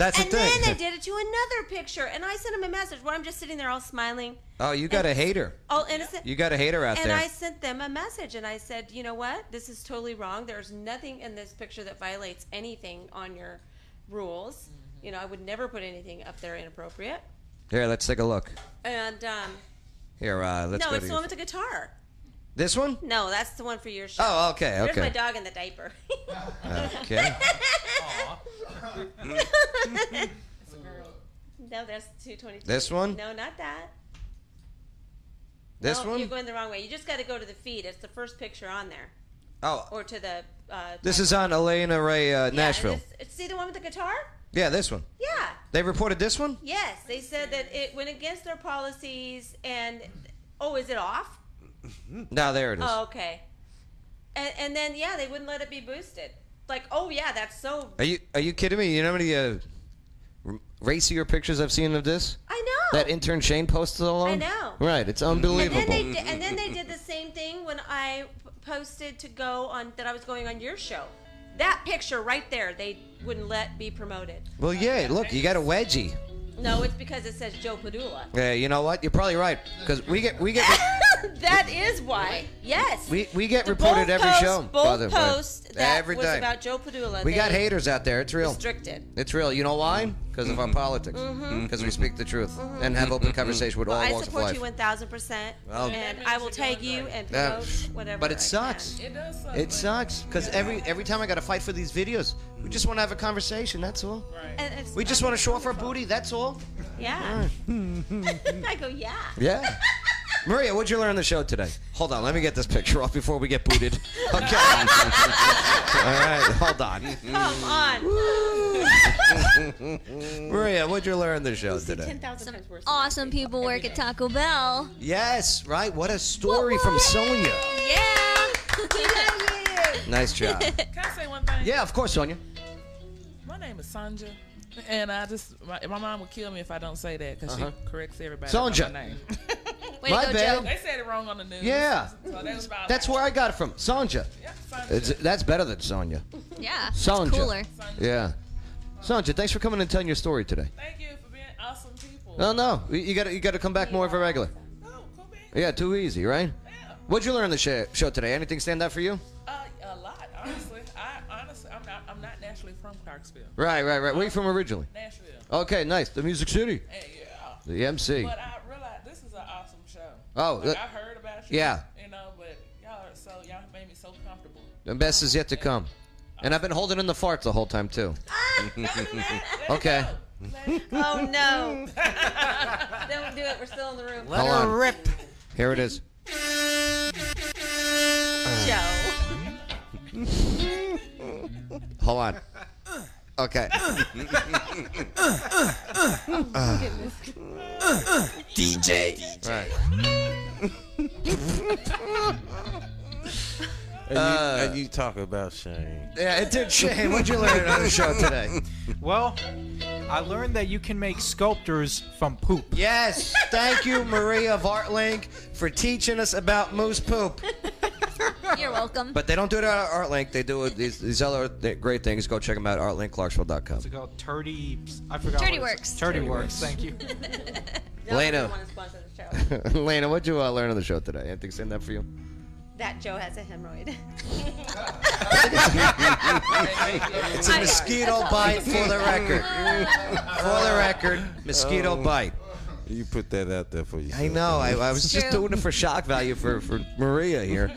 A: That's the
G: and
A: thing.
G: then they did it to another picture, and I sent him a message where I'm just sitting there all smiling,
A: Oh, you got a hater.
G: all innocent.
A: You got a hater out
G: and
A: there.
G: I sent them a message, and I said, you know what? This is totally wrong. There's nothing in this picture that violates anything on your rules. You know, I would never put anything up there inappropriate.
A: Here, let's take a look.
G: And um,
A: Here, uh, let's
G: no,
A: go
G: it's
A: to
G: the
A: your-
G: one with the guitar.
A: this one.
G: No, that's the one for your show.
A: Oh, okay,
G: There's
A: okay.
G: my dog in the diaper.
A: Okay.
G: no, that's two twenty.
A: This one?
G: No, not that.
A: This
G: No,
A: one.
G: You're going the wrong way. You just got to go to the feed. It's the first picture on there.
A: Oh.
G: Or to the. Uh,
A: This is on Elena Ray uh, Nashville.
G: it's- see the one with the guitar?
A: yeah, this one.
G: Yeah.
A: They reported this one.
G: Yes, they said that it went against their policies and. Oh, is it off?
A: Now there it is.
G: Oh, okay. And, and then yeah, they wouldn't let it be boosted. Like, oh yeah, that's so.
A: Are you are you kidding me? You know how many uh, r- racier pictures I've seen of this?
G: I know.
A: That intern Shane posted alone.
G: I know.
A: Right, it's
G: And
A: unbelievable.
G: then they did, and then they did the same thing when I p- posted to go on that I was going on your show. That picture right there, they wouldn't let be promoted.
A: Well, yeah. Look, you got a wedgie.
G: No, it's because it says Joe Padula.
A: Yeah, you know what? You're probably right because we get we get
G: that is why. Yes.
A: We, we get
G: The
A: reported
G: bold
A: every
G: post-
A: show.
G: bold
A: by the way.
G: post that
A: every
G: was
A: day.
G: about Joe Padula.
A: We got
G: They
A: haters out there. It's real.
G: Restricted.
A: It's real. You know why? Because of our politics. Because
G: Mhm.
A: we speak the truth and have open conversation with
G: Mm-hmm. Well,
A: all
G: I
A: walks of
G: support
A: life.
G: you one thousand percent,
A: Well-
G: and I will tag you and
A: Yeah.
G: promote whatever.
A: But
G: I
A: it sucks.
G: can.
A: It sucks because every every time I got to fight for these videos, we just want to have a conversation. That's all.
G: And it's-
A: We just want to show off our booty. That's all.
G: Yeah. I go yeah.
A: Yeah. Maria, what'd you learn on the show today? Hold on, let me get this picture off before we get booted. Okay. all right, hold on.
G: Come on.
A: Maria, what'd you learn on the show today?
G: Some
E: awesome people work at Taco Bell.
A: Yes, right. What a story from Sonia.
E: Yeah.
A: Nice job.
I: Can I say one thing?
A: Yeah, of course, Sonia.
I: My name is Sanja, and I just my, my mom would kill me if I don't say that because
A: Uh-huh.
I: she corrects everybody. about
A: Sanja.
I: my name.
A: Way to My go, bad. Joe.
I: They said it wrong on the news.
A: Yeah.
I: So that was about
A: That's where I got it from. Sanja. It's, that's better than Sonia.
E: Yeah. it's
A: Sanja.
E: cooler.
A: Yeah. Sanja, thanks for coming and telling your story today.
I: Thank you for being awesome people.
A: No, no. You- You got to you got to come back more of a regular. Yeah, too easy, right? What'd you learn on the show, show today? Anything stand out for you?
I: Uh, a lot, honestly. I honestly, I'm not, I'm not naturally from Clarksville.
A: Right, right, right. Where you from originally?
I: Nashville.
A: Okay, nice. The Music City.
I: Eh, yeah.
A: The MC.
I: But I realized this is an awesome show.
A: Oh,
I: like,
A: that-
I: I heard about you.
A: yeah.
I: You know, but y'all are so y'all made me so comfortable.
A: The best is yet to come. And I've been holding in the farts the whole time too. okay.
G: Oh no. Don't do it. We're still in the room.
A: Hold on. Here it is. Hold on. Okay.
K: DJ.
D: And,
A: Uh,
D: you, and you talk about Shane.
A: Yeah, it did. Shane, what'd you learn on the show today?
F: Well, I learned that you can make sculptors from poop.
A: Yes. Thank you, Maria Vartlink, for teaching us about moose poop.
E: You're welcome.
A: But they don't do it at ArtLink. They do it, these, these other th- great things. Go check them out at artlinkclarksville.com.
F: It's called Turdy. I forgot.
E: Turdy
F: what
E: Works.
F: It's. Turdy,
A: Turdy
F: works.
A: Works.
F: Thank you.
A: Lena. Lena, what'd you uh, learn on the show today? Anything stand out for you?
G: That Joe has a hemorrhoid.
A: it's a mosquito bite for the record. For the record, mosquito
D: Oh.
A: bite.
D: You put that out there for yourself.
A: I know. I, I was just
D: True.
A: doing it for shock value for, for Maria here.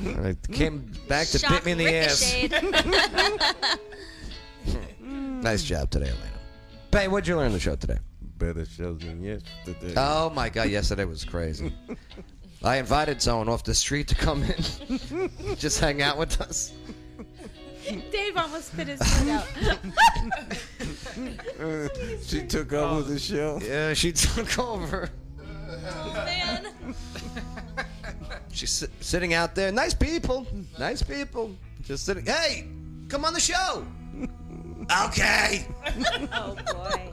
A: And It came back to bit me in the
E: ass.
A: ass. Nice job today, Elena. Bay, Hmm. what'd you learn on the show today?
D: Better show than yesterday.
A: Oh my God, yesterday was crazy. I invited someone off the street to come in, just hang out with us.
G: Dave almost spit his foot out.
D: she took over the show.
A: Yeah, she took over. She's sit- sitting out there. Nice people. Nice people. Just sitting. Hey, come on the show. okay.
G: oh boy.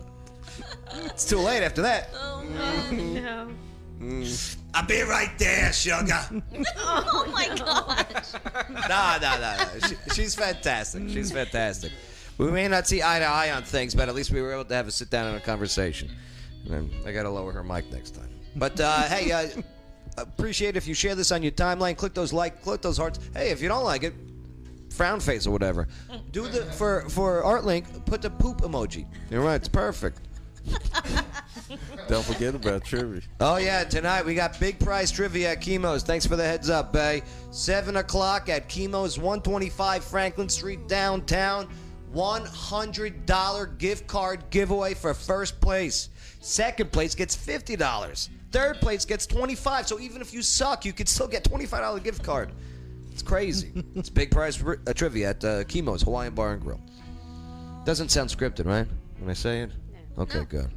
A: It's too late after that.
G: Oh no.
A: I'll be right there, sugar.
G: oh my gosh.
A: no, no, no, no. She, she's fantastic. She's fantastic. We may not see eye to eye on things, but at least we were able to have a sit down and a conversation. And I got to lower her mic next time. But uh, hey, uh, appreciate if you share this on your timeline. Click those like, click those hearts. Hey, if you don't like it, frown face or whatever. Do the for for ArtLink. Put the poop emoji. You're right. It's perfect.
D: Don't forget about trivia.
A: Oh yeah, tonight we got big prize trivia at Chemo's. Thanks for the heads up, Bay. Seven o'clock at Chemo's, one twenty-five Franklin Street downtown. One hundred dollar gift card giveaway for first place. Second place gets fifty dollars. Third place gets twenty-five. So even if you suck, you could still get twenty-five dollar gift card. It's crazy. it's big prize ri- uh, trivia at uh, Chemo's Hawaiian Bar and Grill. Doesn't sound scripted, right? When I say it. Okay, good.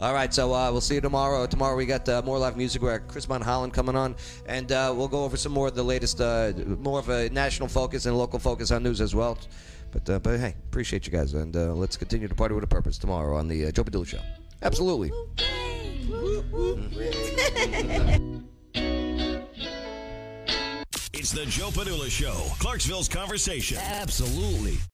A: All right, so uh, we'll see you tomorrow. Tomorrow we got uh, more live music. We got Chris Von Holland coming on, and uh, we'll go over some more of the latest, uh, more of a national focus and local focus on news as well. But uh, but hey, appreciate you guys, and uh, let's continue to party with a purpose tomorrow on the uh, Joe Padula Show. Absolutely.
H: It's the Joe Padula Show, Clarksville's conversation. Absolutely.